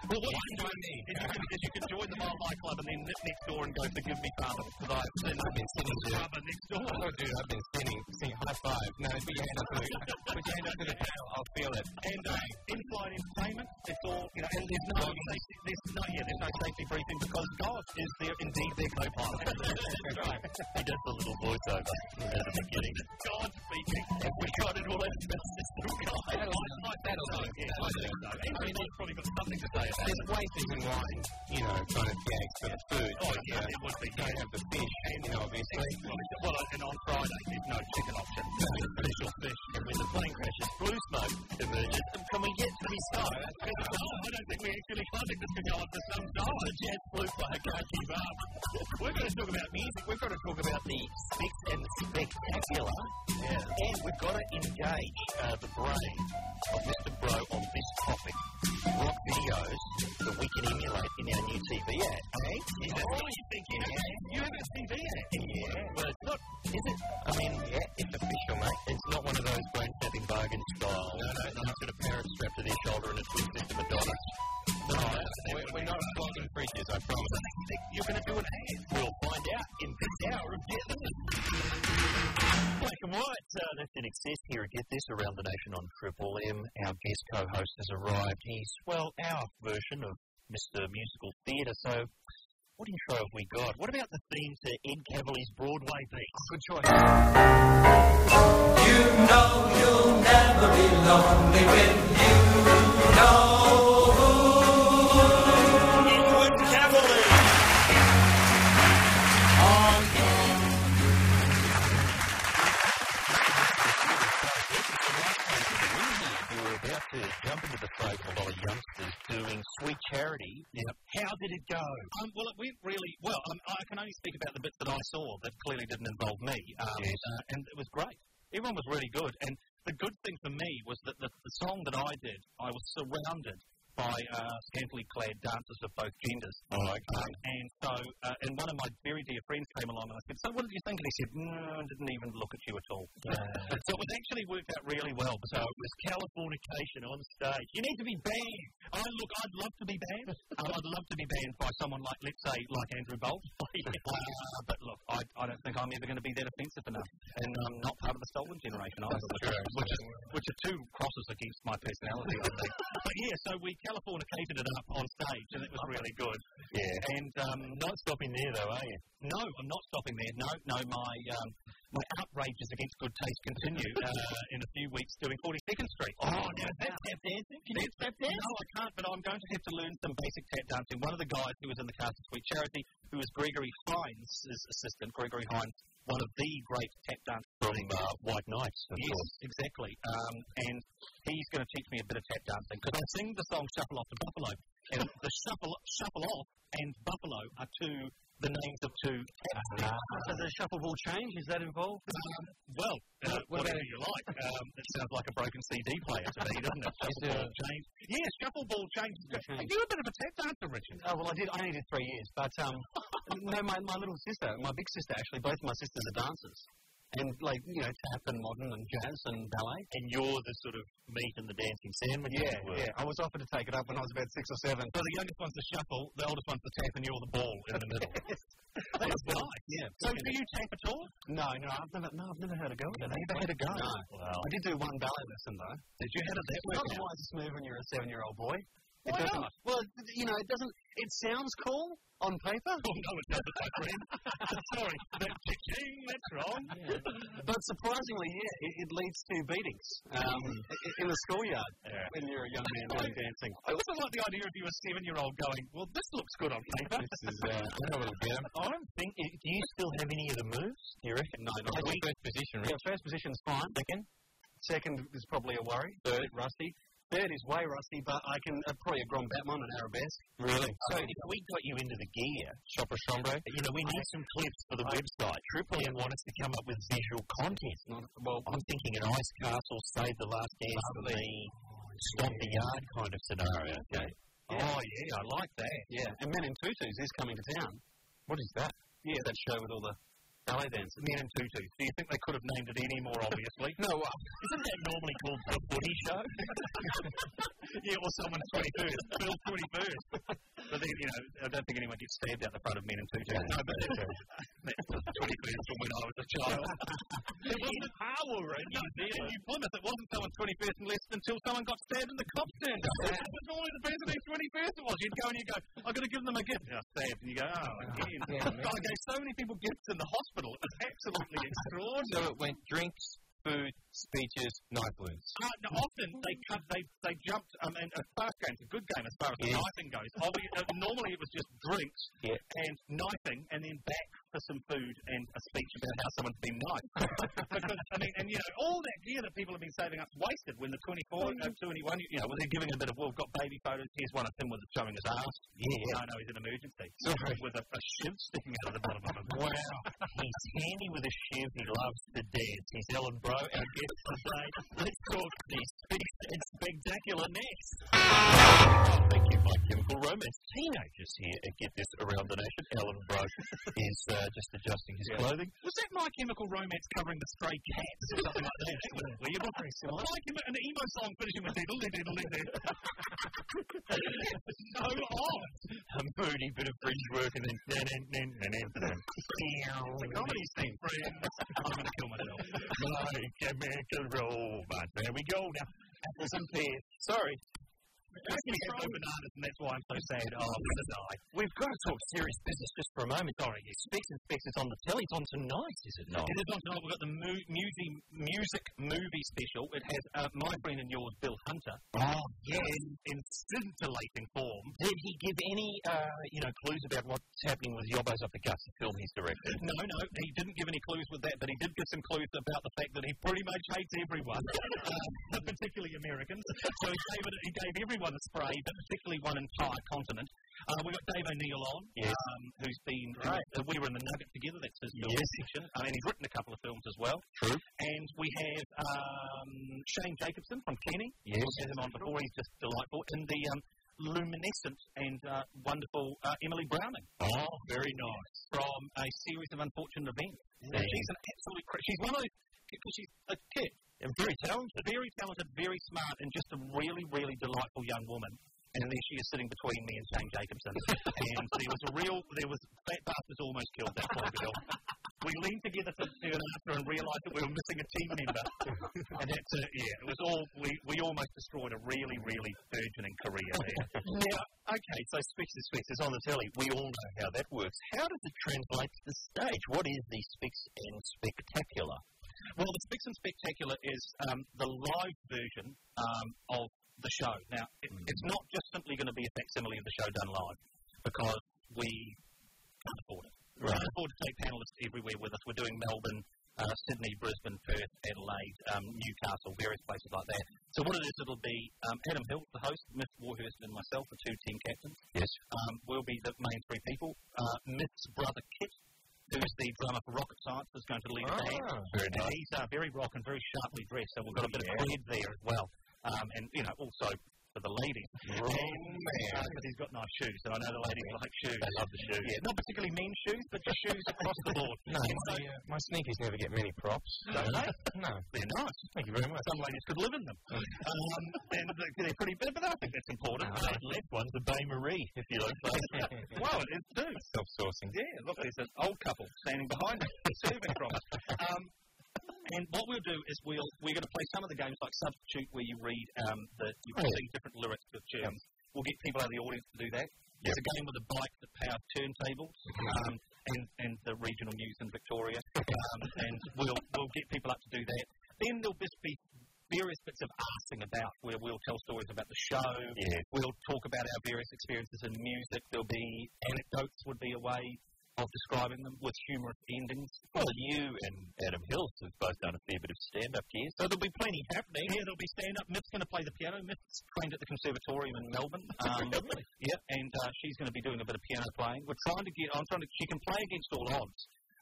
Well, what you can do is you can, is you can join the Mile High Club and then nip next door and go, forgive me, Father, because I've sinned. I've been sitting next door. Oh, dude, I've been singing, singing high five. No, put your hand up to the, put your hand up to the panel, I'll feel it. And uh, in-flight entertainment, it's all, you know, and there's no safety, there's no, yeah, there's no safety briefing because God is their, indeed their co-pilot. he does the little voiceover at the beginning. God speaking. Have we got it all out of our system, guys? I like that alone. Yeah, I think so. I mean, he's probably got something to say about it. There's waiters and wine, you know, kind of gags for the food. Oh, but, yeah, uh, it would be you don't have the fish, you know, obviously. Well, and on Friday, there's no chicken option. There's fish or fish. And when the plane crashes, blue smoke emerges. And can we get to his side? I don't think we actually funded this could go on for some time. The jet blue flag can't keep up. We're going to talk about music. We've got to talk about the spec and the spectacular. Yeah. And we've got to engage uh, the brain of Mr. Bro on this topic. Rock videos that we can emulate in our new TV ad, eh? Yeah. Oh, you think you have, you have a TV ad? Yeah. But it's not, is it? I mean, yeah, it's official, mate. It's not one of those brain snapping bargain style. No, no, no. It's got a parent strapped to their shoulder and a twin system of dollars. No, we're, we're not flogging fridges, I promise. You're going to do an ad. We'll find out in this hour of Get This. Black and white. So that's in excess here at Get This Around the Nation on Triple M. Our guest co host has arrived. He's, well, our version of Mr. Musical Theatre. So, what intro have we got? What about the theme to Ed Cavali's Broadway piece? Good choice. You're about to jump into the fray of a lot of youngsters doing sweet charity. How did it go? Um, well, it went really well. Um, I can only speak about the bits that I saw that clearly didn't involve me. Um, uh, and it was great. Everyone was really good. And the good thing for me was that the, the song that I did, I was surrounded by uh, scantily clad dancers of both genders. Oh, um, and so, uh, and one of my very dear friends came along and I said, "So, what did you think?" And he said, "No, I didn't even look at you at all." so it was actually worked out really well. So it was Californication on stage. You need to be banned. I look, I'd love to be banned. Um, I'd love to be banned by someone like, let's say, like Andrew Bolt. Uh, but look, I, I don't think I'm ever going to be that offensive enough, and I'm not part of the stolen generation either, which, is, which are two crosses against my personality. I think. But yeah, so we Californicated it up on stage, and it was really good. Yeah. And um, not stopping there, though, are you? No, I'm not stopping there. No, no, my um, my outrages against good taste continue uh, in a few weeks doing 42nd Street. Oh, now that's tap dancing. Can you tap dance? No, I can't, but I'm going to have to learn some basic tap dancing. One of the guys who was in the cast of Sweet Charity, who was Gregory Hines' assistant, Gregory Hines, one of the great tap dancers from uh, White Knights. yes, exactly. Um, and he's going to teach me a bit of tap dancing because I sing the song Shuffle Off to Buffalo, and the shuffle shuffle off and Buffalo are two the names of two. Does the shuffleboard change? Is that involved? Um, well, uh, whatever you like. Um, it sounds like a broken CD player to me, doesn't it? Shuffleball change. Yeah, shuffleball change. Are you a bit of a tap dancer, Richard? Oh, well, I did. I only did three years, but um, no, my, my little sister, my big sister, actually, both my sisters are dancers. and like you know tap and modern and jazz and ballet. And you're the sort of meat and the dancing sandwich. as Yeah, it were. yeah. I was offered to take it up when I was about six or seven. So the youngest one's the shuffle, the oldest one's the tap, and you're the ball in the middle. That was nice. Yeah. so do you tap at all? No, no, I've never, no, I've never had a go. at it. I never had a go. Well, I did do one ballet lesson though. Did you? How did that work? Not the wisest move when you're a seven-year-old boy. It Why doesn't. Well, it- you know, it doesn't. It sounds cool on paper, Oh, no, it doesn't, my friend. I'm sorry. That cha-ching, that's wrong. but surprisingly, yeah, it, it leads to beatings um, i- in the schoolyard when you're a young man like dancing. I also like the idea of you, a seven-year-old, going, "Well, this looks good on paper." This is, uh, I know what I'm I'm thinking. Do you still have any of the moves? Do you reckon? No, not That's the first position, Yeah, first position's fine. Second, second is probably a worry. Third, rusty. Third is way rusty, but I can uh, probably a Grand Batman and arabesque. Really? So if we got you into the gear, Shopper Shombre, you know, we need some clips for the website. Triple M want us to come up with visual content. Well, I'm thinking an ice castle, save the last dance for me, stomp the yard kind of scenario. Okay. Oh yeah, I like that. Yeah, and Men in Tutus is coming to town. What is that? Yeah, that show with all the ballet dancers. Men in tutus. Do you think they could have named it any more obviously? No, uh, Isn't that normally called the footy show? yeah, or someone 21st. Bill 21st. But then, you know, I don't think anyone gets stabbed out the front of men in tutus. No, but that's a- that's the 21st from when I was a child. it wasn't Harwell in New Zealand. You Plymouth, it wasn't someone 21st and less until someone got stabbed and the cops turned up. That was always the person who 21st it was. You'd go and you go, I've got to give them a gift. And I stabbed. And you go, oh, again. I gave so many people gifts in the hospital. It was absolutely extraordinary. So it went drinks, food, speeches, knife wounds. Uh, no, often they cut, they they jumped. I mean, a fast game's a good game as far as the knifing goes. Obvi- uh, normally it was just drinks and knifing, and then back for some food and a speech about how someone's been knifed. because I mean, and you know, all that gear that people have been saving up's wasted. When the 24, uh, 21, you know, when they're giving a bit of, well, we've got baby photos. Here's one of him with showing his arse. Yeah, I know he's an emergency. With a, a shiv sticking out of the bottom of him. Wow. He's handy with a shiv. He loves to dance. He's Ellen Bro, our guest today. Let's talk these big and spectacular next. Thank you, my chemical romance. Teenagers here at Get This Around the Nation. Ellen Bro is uh, just adjusting his clothing. Was that My Chemical Romance covering the stray cats or something like that? Were you not very similar? Like an- an emo song finishing with diddle diddle diddle diddle. It's so odd. A moody bit of bridge work and then. It's a comedy thing, friend. I'm going to kill myself. My chemical romance. There we go now. Apples and pears. Sorry. I reckon he's so bananas, and that's why I'm so sad. Oh, I'm gonna die. We've got to talk serious business just for a moment. Sorry, yes. Specs and Specs is on the telly. It's on tonight, is it not? It is on tonight. We've got the mu- music, music movie special. It has uh, my friend and yours, Bill Hunter. Oh, yes. In, in scintillating form. Did he give any, uh, you know, clues about what's happening with Yobos Up the Gus, the film he's directed? No, no. He didn't give any clues with that, but he did give some clues about the fact that he pretty much hates everyone, uh, particularly Americans. So he gave, it, he gave everyone a spray, but particularly one entire continent. Uh, we got Dave O'Neill on, um, who's been. who- uh, we were in the Nugget together. That's his film section. I mean, he's written a couple of films as well. True. And we have um, Shane Jacobson from Kenny. Yes. We've had him on before. He's just delightful. And the um, luminescent and uh, wonderful uh, Emily Browning. Oh, very nice. From a series of unfortunate events. Now, She's an absolute. cra- She's one of those. Because she's a kid. And very talented. Very talented, very smart, and just a really, really delightful young woman and there she is sitting between me and Shane Jacobson. and there was a real, there was that bastard's almost killed that poor girl. We leaned together for her after and realised that we were missing a team member. and that's it, yeah. It was all, we, we almost destroyed a really, really burgeoning career there. now, okay, so Specs and Specs is on the telly. We all know how that works. How does it translate to the stage? What is the Specs and Spectacular? Well, the Specs and Spectacular is um, the live version um, of the show. Now, it, it's not just simply going to be a facsimile of the show done live because we can't afford it. We can't afford to take panelists everywhere with us. We're doing Melbourne, uh, Sydney, Brisbane, Perth, Adelaide, um, Newcastle, various places like that. So what it is, it'll be um, Adam Hill, the host, Miss Warhurst and myself, the two team captains. Yes. Um, we'll be the main three people. Uh, Miss brother Kit, who's the drummer for Rocket Science, is going to Ah. lead Ah. the band. Very nice. He's uh, very rock and very sharply dressed, so we've got a bit of cred there as well. Um, and, you know, also for the ladies. And, because he's got nice shoes, and I know the ladies like shoes. They love the shoes. Yeah, not particularly mean shoes, but just shoes across the board. No, my, uh, my sneakers never get many props. Don't they? No. They're nice. Thank you very much. Some ladies could live in them. um, and they- they're pretty, but but I think that's important. The left one's a Bay Marie, if you like. wow, it is too. Self-sourcing. Yeah, look, there's an old couple standing behind us, receiving from us. Um, and what we'll do is we'll we're going to play some of the games like substitute, where you read um, that you can sing different lyrics with tunes. We'll get people out of the audience to do that. It's a game with a bike that powers turntables um, and and the regional news in Victoria, um, and we'll we'll get people up to do that. Then there'll just be various bits of asking about where we'll tell stories about the show. We'll talk about our various experiences in music. There'll be anecdotes would be a way of describing them with humorous endings. Well, you and Adam Hills have both done a fair bit of stand up here. So there'll be plenty happening. Yeah, there'll be stand up. Miff's going to play the piano. Miff's trained at the Conservatorium in Melbourne. Um, Yeah, and uh, she's going to be doing a bit of piano playing. We're trying to get. I'm trying to. She can play against all odds.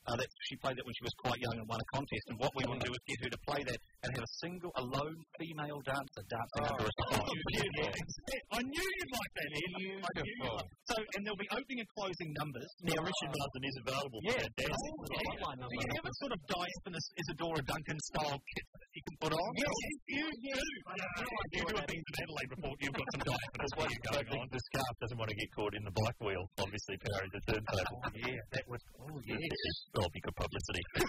Uh, that she played that when she was quite young and won a contest. And what we want to do is get her to play that and have a single, alone female dancer dancing under a star. I knew you'd like that. Ian. I knew you'd like- So, and there'll be opening and closing numbers. Now, Richard Marsden is available. Yeah, dancing. Do you have a sort of Diaphanous Isadora Duncan style kit that you can put on? Yes, you do. You do a thing to Adelaide report. You've got some Diaphanous what you going on. The scarf doesn't want to get caught in the bike wheel, obviously, powering the turntable. Yeah, that was. Oh, yes. Well, be good publicity.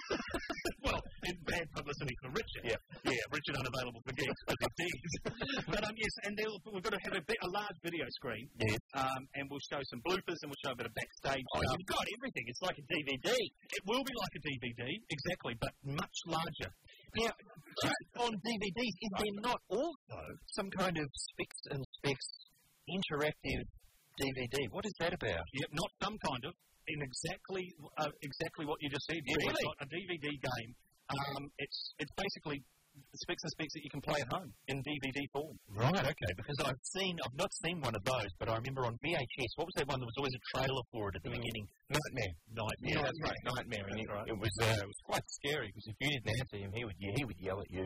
well, it's bad publicity for Richard. Yeah, yeah. Richard unavailable for gigs, but for gigs. but um, yes, and they'll, we're going to have a, bit, a large video screen. Yes. Um, and we'll show some bloopers and we'll show a bit of backstage. Oh, you've got everything. It's like a DVD. It will be like a DVD, exactly, but much larger. Now, just on DVDs, is there not also some kind of specs and specs interactive DVD? What is that about? Yep, not some kind of in exactly uh, exactly what you just said. Yeah, it's got a DVD game. Um, it's it's basically specs and specs that you can play at home in DVD form. Right, okay, because I've seen, I've not seen one of those, but I remember on VHS, what was that one? There was always a trailer for it at the beginning. Nightmare. Nightmare. Yeah, that's right. Nightmare. And it, it was uh, it was quite scary because if you didn't answer him, he would he would yell at you.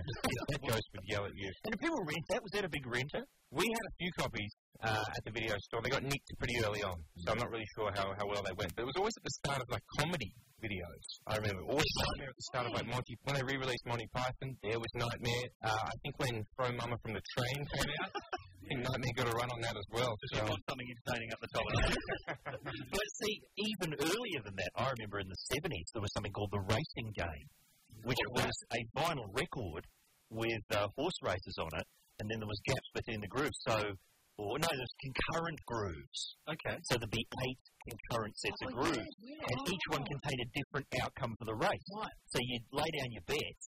that ghost would yell at you. And do people rent that? Was that a big renter? We had a few copies uh, at the video store. They got nicked pretty early on, so I'm not really sure how, how well they went. But it was always at the start of like comedy videos. I remember always Nightmare at the start of like Monty when they re-released Monty Python. There was Nightmare. Uh, I think when Throw Mama from the Train came out, I think Nightmare got a run on that as well. So You want something entertaining up the top of it. But see, even earlier than that, I remember in the 70s there was something called the Racing Game, which was a vinyl record with uh, horse races on it, and then there was gaps between the grooves. So, or no, there's concurrent grooves. Okay. So there'd be eight concurrent sets of grooves, and each one contained a different outcome for the race. So you'd lay down your bets,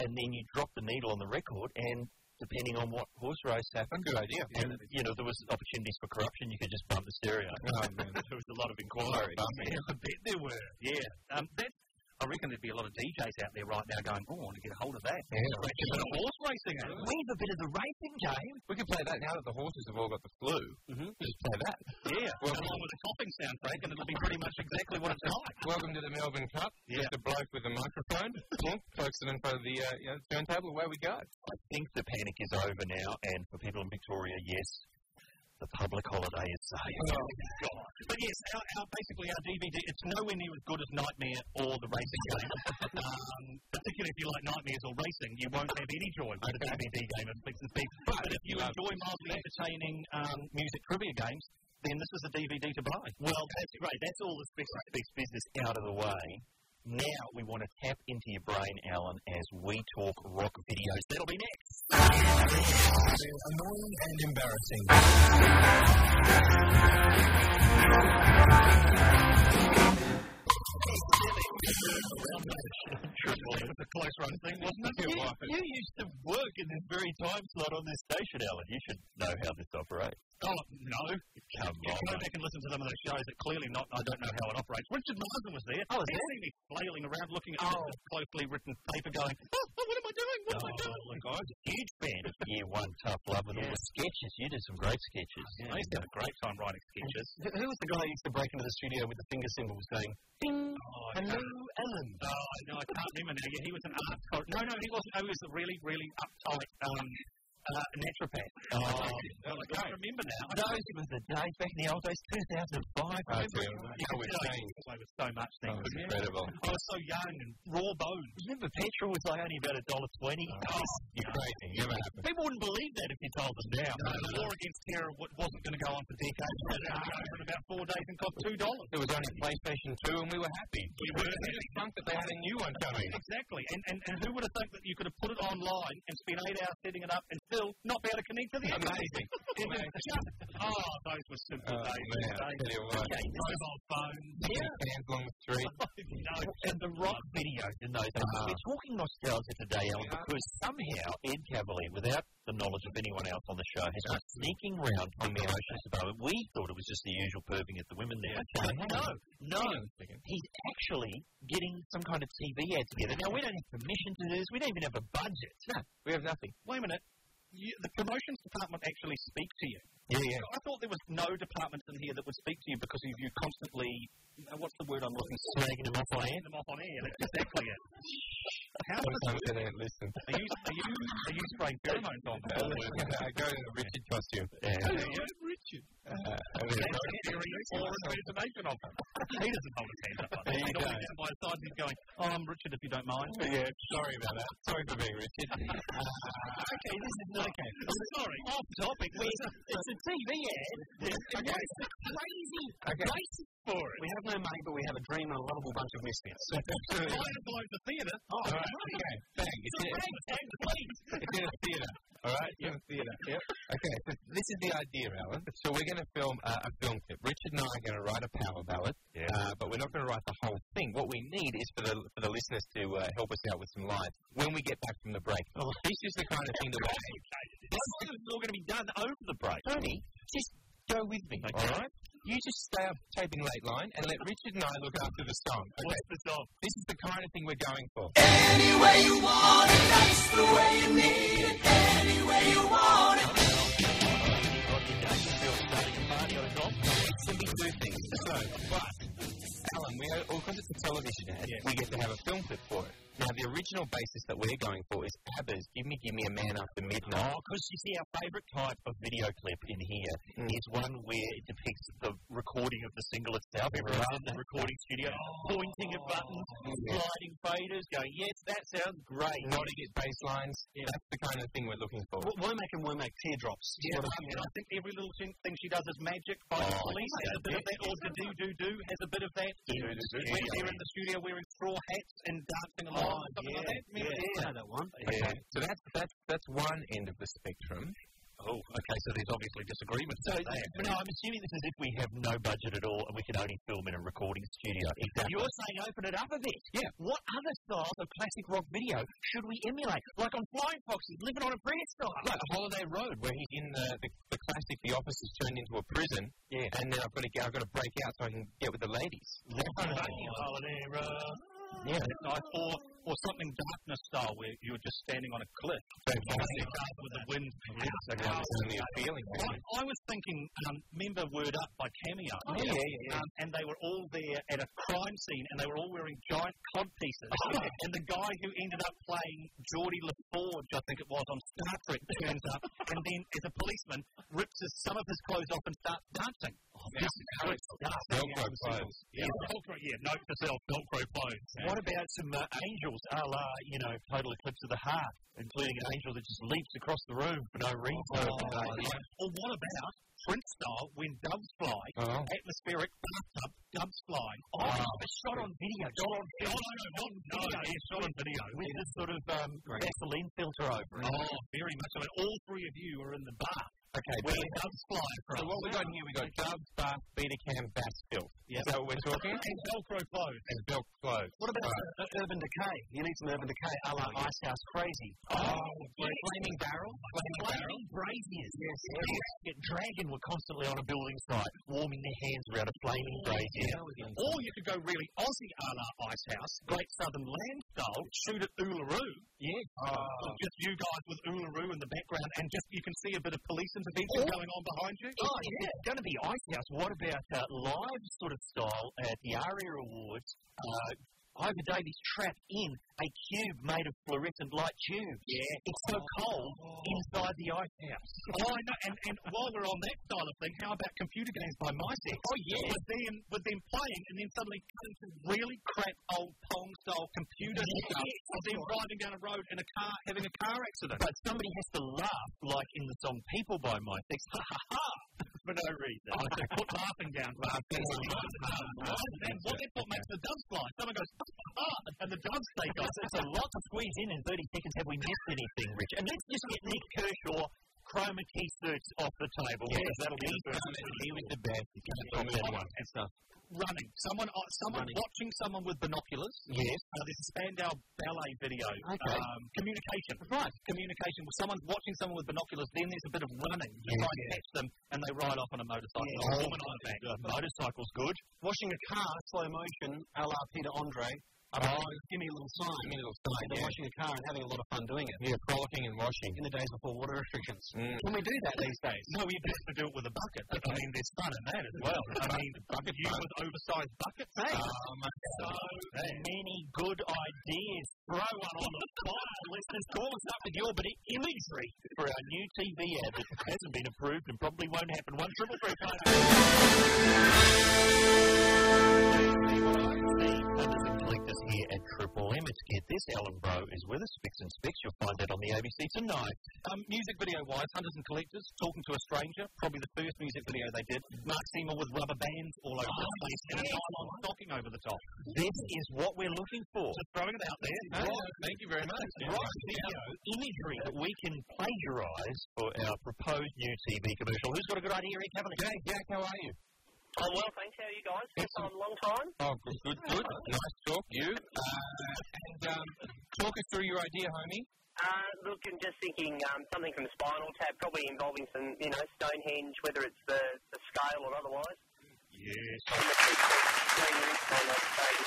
and then you drop the needle on the record, and depending on what horse race happened, good idea. And you know there was opportunities for corruption. You could just bump the stereo. Oh, there was a lot of inquiry. I bet there were. Yeah. Um, that, I reckon there'd be a lot of DJs out there right now going, oh, I want to get a hold of that. Yeah. horse racing. We have a bit of the racing game. Mm-hmm. we could play that now that the horses have all got the flu. Mhm. Just play that. Yeah. Well, Along with a coughing soundtrack, and it'll be pretty much exactly what it's like. Welcome to the Melbourne Cup. Just a bloke with a microphone. Plonk, pokes it in front of the uh, you know, turntable. Away we go. I think the panic is over now, and for people in Victoria, yes, the public holiday is safe. Oh, God. But yes, our, our, basically our DVD, it's nowhere near as good as Nightmare or the racing game. um, particularly if you like nightmares or racing, you won't have any joy with the DVD game of Fix and Speak. But if you enjoy mildly entertaining um, music trivia games, then this is a DVD to buy. Well, that's great. That's all the Specs and Specs business out of the way. Now we want to tap into your brain, Alan, as we talk rock videos. That'll be next. Annoying and embarrassing. It was a close run thing, wasn't it? You, you used to work in this very time slot on this station, Alan. You should know how this operates. Oh, no. Come You on. go back and listen to some of those shows that clearly not, I don't know how it operates. Richard Marsden was there. Oh, he see me flailing around looking at oh. closely written paper going, oh, what am I doing? What am I doing? Oh, Look, I was a huge fan of Year One Tough Love with all the sketches. You did some great sketches. I used to have a great time writing sketches. Who was the guy who used to break into the studio with the finger symbols going, Oh, I Hello, can't- Ellen? oh, no, I can't remember now. Yeah, he was an art. cor- No, no, he wasn't. No, he was a really, really uptight. Um, Uh, naturopath. Oh, I remember now. Those were the days back in the old days, 2005. I remember it. yeah. How You could we've tell you changed. could play with so much then. That was couldn't you? incredible. I was so young and raw Oh, boned. Remember, petrol was like only about a dollar twenty. You're crazy. Never happened. People wouldn't believe that if you told them now. the war against terror w- wasn't going to go on for decades. It was only over in about four days and cost two dollars. There was only PlayStation 2 and we were happy. We were really drunk that they had a new one coming. Exactly. And, and, and who would have thought that you could have put it online and spent eight hours setting it up and still not be able to connect to the internet? Amazing. It was just, oh, those were simple Oh, days. man, I Days. tell you what. Okay, mobile phones. Oh, Hands along the street. no, and the rock videos in those days. Ah. We're talking nostalgia today, Alan, because somehow Ed Cavalier, without the knowledge of anyone else on the show, has been sneaking round on the ocean about it. We thought it was just the usual perving at the women there. But no, no. He's actually getting some kind of TV ad together. Now, we don't have permission to do this. We don't even have a budget. No, We have nothing. wait a minute. You, the promotions department actually speaks to you. Yeah, yeah. I thought there was no department in here that would speak to you because of you constantly, uh, what's the word I'm looking for? Slagging them off on air. them off on air. That's exactly it. How does Sometimes they don't listen. are you, are you, are you spraying pheromones on them? Uh, I Uh, go in a Richard costume. Yeah, Richard. I mean, That's very foreign reservation of him. He doesn't hold his hand up like that. There you He's go. always down by his side and he's going, oh, I'm Richard if you don't mind. yeah, sorry about that. Sorry for being Richard. Okay, this is not okay. sorry. Off topic. it's a TV ad. Okay. Crazy Okay. basis for it. We have no money, but we have a dream and a lovable bunch of misfits. Why to blow the theatre? Oh, All right, okay. Bang. It's in, it's in a theatre. All right, you're in a theatre. Yep. Okay, so this is the idea, Alan. So we're going to film uh, a film clip. Richard and I are going to write a power ballad, yeah. uh, but we're not going to write the whole thing. What we need is for the for the listeners to uh, help us out with some lines when we get back from the break. Oh, This is the kind of thing that we it's all going to be done over the break. Tony, just go with me, all right? You just stay up taping late line and let Richard and I look after the song. Okay? What's the song? This is the kind of thing we're going for. Alan, we are, well, because it's a television ad, we get to have a film clip for it. Now, the original basis that we're going for is ABBA's Give Me, Give Me a Man After Oh, Midnight. because you see, our favourite type of video clip in here is Mm. one where it depicts the recording of the single itself. Everyone's in the recording studio, Oh. pointing at buttons, sliding faders, going, yes, that sounds great. Nodding at bass lines, that's the kind of thing we're looking for. Why make and why make teardrops? Yeah, and I think every little thing, thing she does is magic Oh, by the police. Has a bit of that, or the do do do has a bit of that. When they're in the studio wearing straw hats and dancing Oh, along, or something like that. Remember that? I know that one. Okay, so that's, that's, that's one end of the spectrum. Oh, okay. So there's obviously disagreement. So no, I'm assuming this is if we have no budget at all and we can only film in a recording studio. Exactly. You're saying open it up a bit. Yeah. What other styles of classic rock video should we emulate? Like on Flying Foxes, living on a prayer style. Like Holiday Road, where he's in the, the, the classic, the office is turned into a prison, yeah. and then I've got to get, I've got to break out so I can get with the ladies. Holiday Road. Yeah. Nice. Or, or something darkness style where you're just standing on a cliff with the wind. That's kind of only appealing. I, I was thinking, um, remember Word Up by Cameo? yeah, yeah, Um, and they were all there at a crime scene and they were all wearing giant cod pieces. and the guy who ended up playing Geordie LaForge, I think it was, on Star Trek, turns up and then, as a policeman, rips his, some of his clothes off and starts dancing. Oh, This is how it starts. Velcro clothes. Yeah, Velcro, yeah, note to self, Velcro clothes. What about some uh, angels a la, you know, Total Eclipse of the Heart, including an angel that just leaps across the room for no reason? Or what about Prince style when doves fly, Oh. atmospheric bathtub, doves flying? Oh, it's shot on video. Shot on video. No, no, no, no, no, it's shot on video. With this sort of um, Vaseline filter over it. Oh, very much. I mean, all three of you are in the bath. Okay, Where doves fly from. so what we got here, we got Dove's Bath, Beta Cam, Bass Filth. Is that what we're talking? And Velcro clothes. Oh, and Velcro clothes. What about uh, Urban Decay? You need some Urban Decay, a la Ice House Crazy. Flaming barrel? Oh, Flaming, braziers. Yes. Dragon were constantly on a building site, warming their hands around a flaming brazier. Or you could go really Aussie a la Ice House, Great Southern Land style, shoot at Uluru. Yeah. just you guys with Uluru in the background, and just you can see a bit of police intervention going on behind you. Oh, yeah. It's going to be Ice House. What about uh, live sort of style at the ARIA Awards? Uh, Ivor Davies trapped in a cube made of fluorescent light tubes. Yeah. It's so cold inside the ice house. Oh, I know. And, and while we're on that style of thing, how about computer games by MySec? Oh, yeah. With them, with them playing and then suddenly cutting to really crap old Pong style computer stuff. Of them driving down a road in a car, having a car accident. But somebody has to laugh, like in the song People by My Sex, ha ha ha, for no reason. Oh, so put laughing down. Laughing. And what, that's what makes the doves fly. Someone goes, ah, and the doves take off. It's a lot to squeeze in in 30 seconds. Have we missed anything, Rich? And let's just get Nick Kershaw chroma key suits off the table. Yeah, because that'll be the he's first done it. thing. He was the best. He can't Oh, top that yeah. one. And stuff. Running. Someone, uh, someone watching someone with binoculars. Yes. Uh, there's a Spandau ballet video. Okay. Um, communication. Right. Communication. Well, someone's watching someone with binoculars, then there's a bit of running. You try and catch them, and they ride off on a motorcycle. Yeah. Woman on a back. Motorcycle's good. Washing a car, slow motion, a la Peter Andre. Uh, Oh, Give me a little sign. give me a little So sign. they're Yeah. washing a car and having a lot of fun doing it. Yeah, frolicking and washing. In the days before water restrictions. Mm. Can we do that these days? No, you have to do it with a bucket. But, I mean, there's fun in that as well. I mean, bucket you with oversized buckets. Hey. Oh, so many good ideas. Throw one on the fire. Listeners, call us up with your bit of imagery for our new TV ad that hasn't been approved and probably won't happen. One triple three five. Others and collectors here at Triple M. It's Get This. Alan Bro is with us. Spix and Spix. You'll find that on the ABC tonight. Um, music video wise, Hunters and Collectors, Talking to a Stranger, probably the first music video they did. Mark Seymour with rubber bands all over the place and a nylon stocking over the top. This is what we're looking for. Just throwing it out there. Right, Thank you very much. Right video imagery that we can plagiarise for our proposed new TV commercial. Who's got a good idea, Eric? Haven't Jack, Jack, how are you? Oh, well, thanks. How are you guys? First time, long time. Oh, good, good, good. Nice talk, you. Uh, and um, talk us through your idea, homie. Uh, look, I'm just thinking um, something from Spinal Tap, probably involving some, you know, Stonehenge, whether it's the, the scale or otherwise. Yes. Right,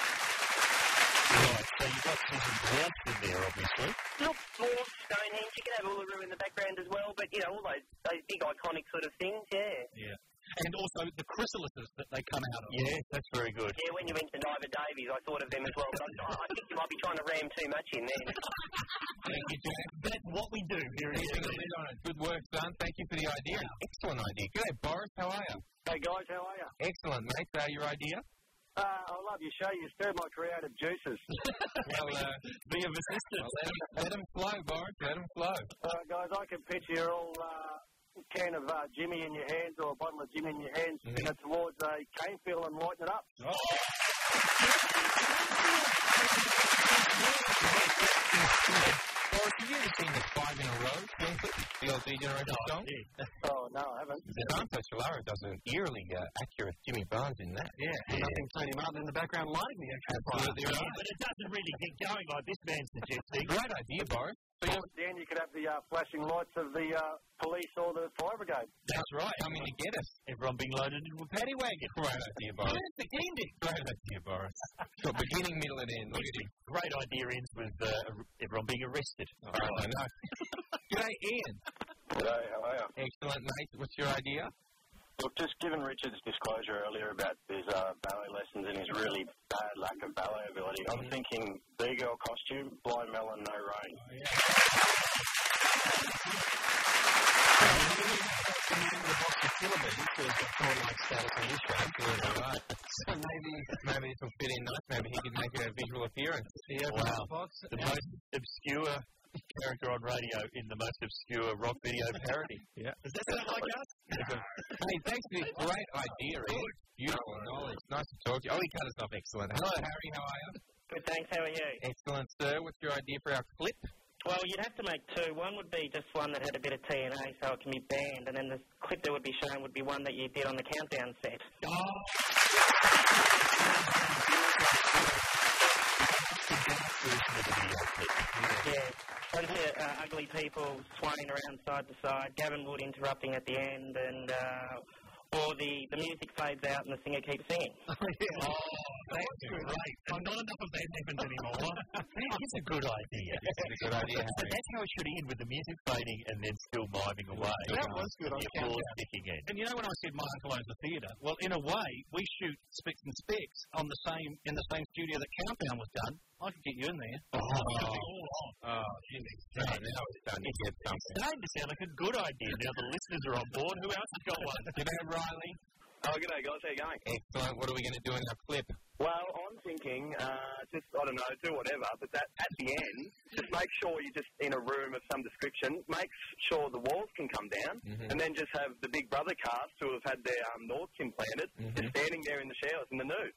so you've got Susan Dwarfs in there, obviously. Look, more Stonehenge. You can have Uluru in the background as well, but, you know, all those, those big iconic sort of things, yeah. And also the chrysalises that they come out of. Yeah, that's very good. Yeah, when you mentioned Ivor Davies, I thought of them as well, but I, I think you might be trying to ram too much in there. Thank you, Jack. That's what we do here Keeping a lid on it. Good work, son. Thank you for the idea. An excellent idea. Good, Boris. How are you? Hey guys, how are you? Excellent, mate. Uh, your idea? Uh, I love your show. You stir my creative juices. Well, uh, Be of assistance. well, let, him, let him flow, Boris. Let him flow. Uh, guys, I can picture your all uh, can of uh, Jimmy in your hands or a bottle of Jimmy in your hands, Mhm. mm towards a cane field and lighten it up. Boris, have you ever seen the five in a row film clip? The old Degeneration song? Oh no, I haven't. Tom Solaro does an eerily uh, accurate Jimmy Barnes in that. Yeah. Nothing Tony Martin in the background lighting the action fire. Absolutely right. But it doesn't really get going like this man's suggesting. Great idea, Boris. So you're Dan, you could have the uh, flashing lights of the uh, police or the fire brigade. that's right. coming to get us. Everyone being loaded into a paddy wagon. Great idea, Boris. Great idea, Boris. Got beginning, middle, and end. Look at him. Great idea ends with uh, ar- everyone being arrested. Oh, I know. G'day, Ian. G'day, how are you? Excellent, mate. What's your idea? Look, just given Richard's disclosure earlier about his uh, ballet lessons and his really bad lack of ballet ability, I'm thinking B-girl costume, blind melon, no rain. So maybe, maybe this will fit in nice. Maybe he can make a visual appearance. Yeah, Wow. Box. The most obscure character on radio in the most obscure rock video parody. Yeah. Does that sound like us? Hey, thanks for this great idea, Ian. Beautiful knowledge. Nice to talk to you. Oh, he cut us off. Excellent. Hello, Harry. How are you? Good, thanks. How are you? Excellent, sir. What's your idea for our clip? Well, you'd have to make two. One would be just one that had a bit of TNA so it can be banned, and then the clip that would be shown would be one that you did on the countdown set. Yeah. Bunch of uh, ugly people swaying around side to side, Gavin Wood interrupting at the end, Oh, and. Uh, or the, the music fades out and the singer keeps singing. yeah. That's great. And not enough of that happens anymore. it's a good idea. It's a good idea. But that's how it should end with the music fading and then still miming away. That was good. I The found applause out. kicking in. And you know when I said Michael owns the theatre? Well, in a way, we shoot Spicks and Specks on the same in the same studio that Countdown was done. I could get you in there. Oh. Oh, No, now it's done. You get something. Starting to sound like a good idea. Now the listeners are on board. Who else has got one? G'day, Riley. Oh, good day, guys. How you going? Excellent. What are we going to do in our clip? Well, I'm thinking, uh, just I don't know, do whatever. But that at the end, just make sure you're just in a room of some description. Make sure the walls can come down, Mm-hmm. and then just have the Big Brother cast who have had their um, noughts implanted, just standing there in the showers in the nude.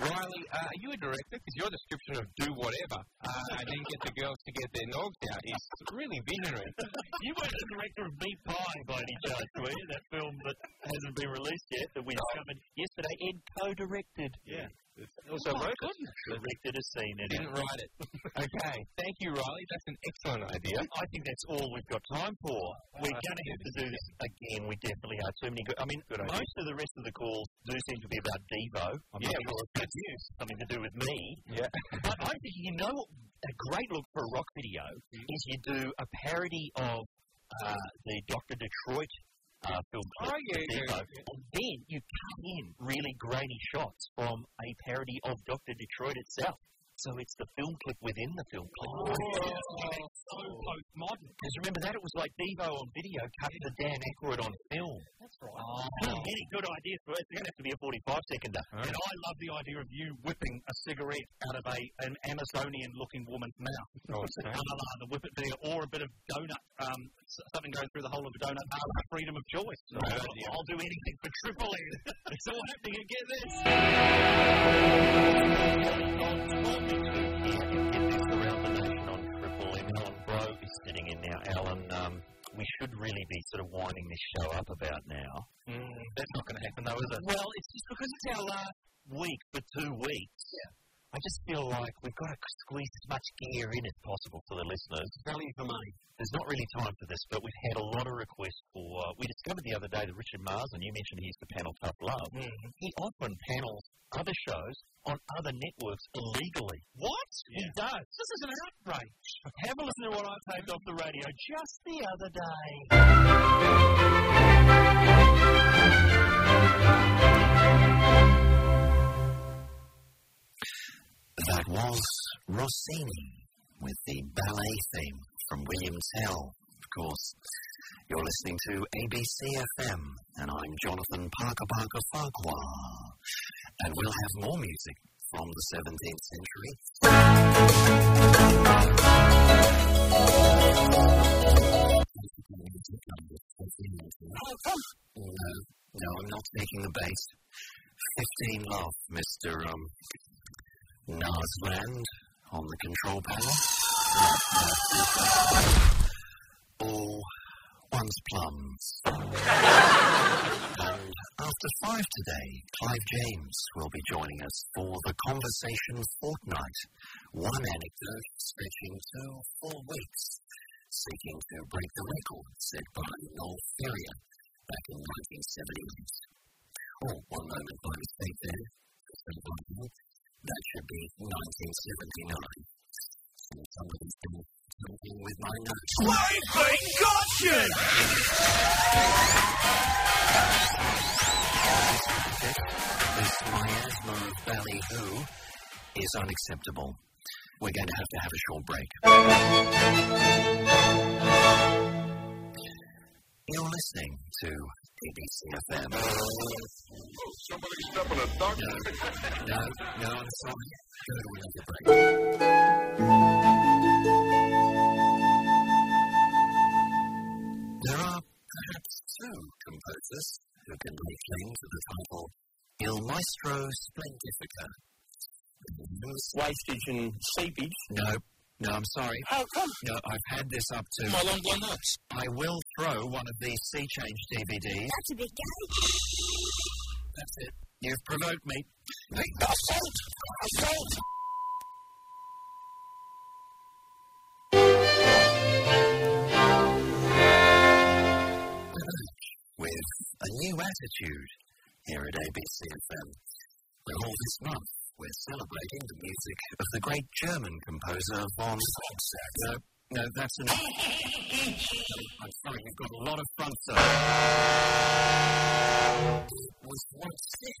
Riley, uh, are you a director? Because your description of do whatever uh, and then get the girls to get their knobs out is really visionary. You were the director of Meat Pie by any chance, were you? eh, That film that hasn't been released yet that we discovered yesterday. Ed co-directed. Oh, Yeah. Also wrote Directed a scene in it. Didn't write it. Okay. Thank you, Riley. That's an excellent idea. I think that's all we've got time for. We're going to have to do this again. We definitely are. Too many good. I mean, most of the rest of the calls do seem to be about Devo. I'm not sure if that's something to do with me. Yeah. but I think you know what a great look for a rock video Mm-hmm. is you do a parody of uh, the Doctor Detroit uh, film. clip Oh, yeah, with yeah, Devo, And then you cut in really grainy shots from a parody of Doctor Detroit itself. So it's the film clip within the film clip. Oh, so postmodern. Because remember that it was like Devo on video cut to Dan Aykroyd on film. That's Oh, right. Any good ideas for us? It's going to have to be a 45 seconder. And I love the idea of you whipping a cigarette out of a an Amazonian looking woman's mouth. Oh, Okay. La, la, la, the whip it there, or a bit of donut, um, s- something going through the whole of a donut. Ah, freedom of choice. Oh, I'll, I'll do anything for triple N. it's all happening. You get this. around the nation on Triple M. Alan Bro is sitting in now. Alan, um, we should really be sort of winding this show up about now. Mm, That's not going to happen, though, is it? Well, it's just because it's our last week for two weeks. Yeah. I just feel like we've got to squeeze as much gear in as possible for the listeners. Value for money. There's not really time for this, but we've had a lot of requests for. Uh, we discovered the other day that Richard Marsden, you mentioned he's the panel Tough Love. He often panels other shows on other networks illegally. What? He does. This is an outrage. Have a listen to what I taped off the radio just the other day. That was Rossini with the ballet theme from William Tell, of course. You're listening to ABC FM, and I'm Jonathan Parker Parker Farquhar, and we'll have more music from the 17th century. No, I'm not taking the bait. 15 love, Mr. Um, Nasland on the control panel. All one's plums. and after five today, Clive James will be joining us for the Conversation Fortnight. One anecdote stretching to four weeks, seeking to break the record set by Noel Ferrier back in 1978. Oh, one moment by mistake there. Just a moment. That should be 1979. And somebody's doing something with my notes. This miasma of ballyhoo is unacceptable. We're going to have to have a short break. You're listening to ABC FM. Somebody stepping a duck. No, no, I'm sorry. Go to another break. There are perhaps two composers who can lay claim to the title Il Maestro Splendifica. Wastage and seepage. No, no, I'm sorry. How come? No, I've had this up to. long blonde locks. I will throw one of these Sea Change DVDs. That's a big day. That's it. You've provoked me. Assault! Assault! new attitude here at ABCFM. When all this month we're celebrating the music of the great German composer von Fonsack. No, no, that's enough. I'm sorry, we've got a lot of fun, sir. Was once sick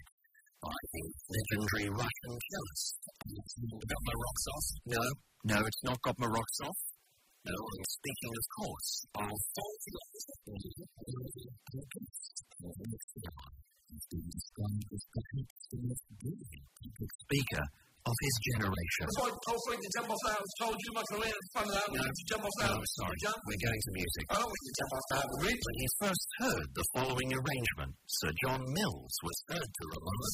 by the legendary Russian cellist. About Morozov? No, no, it's not got Morozov. No, I'm speaking, of course, of speaker of his generation. That's why Paul Frank the jump off that. I was told you not to land in front of that. You have to jump off No, that. I'm sorry, we're going to music. I don't want you to jump off that. When he first heard the following arrangement, Sir John Mills was heard to remark.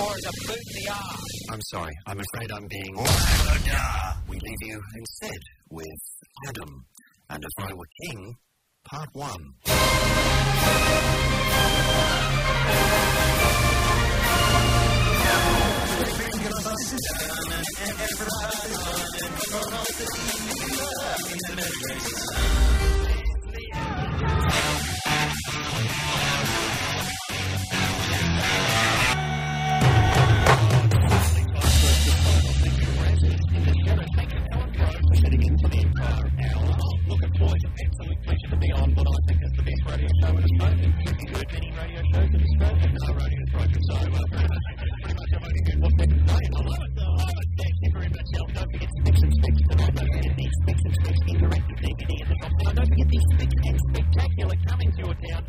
Or the boot in the arm. I'm sorry, I'm afraid I'm being. We leave you instead with Adam and If I Were King, Part 1. Don't forget these big and spectacular coming to your town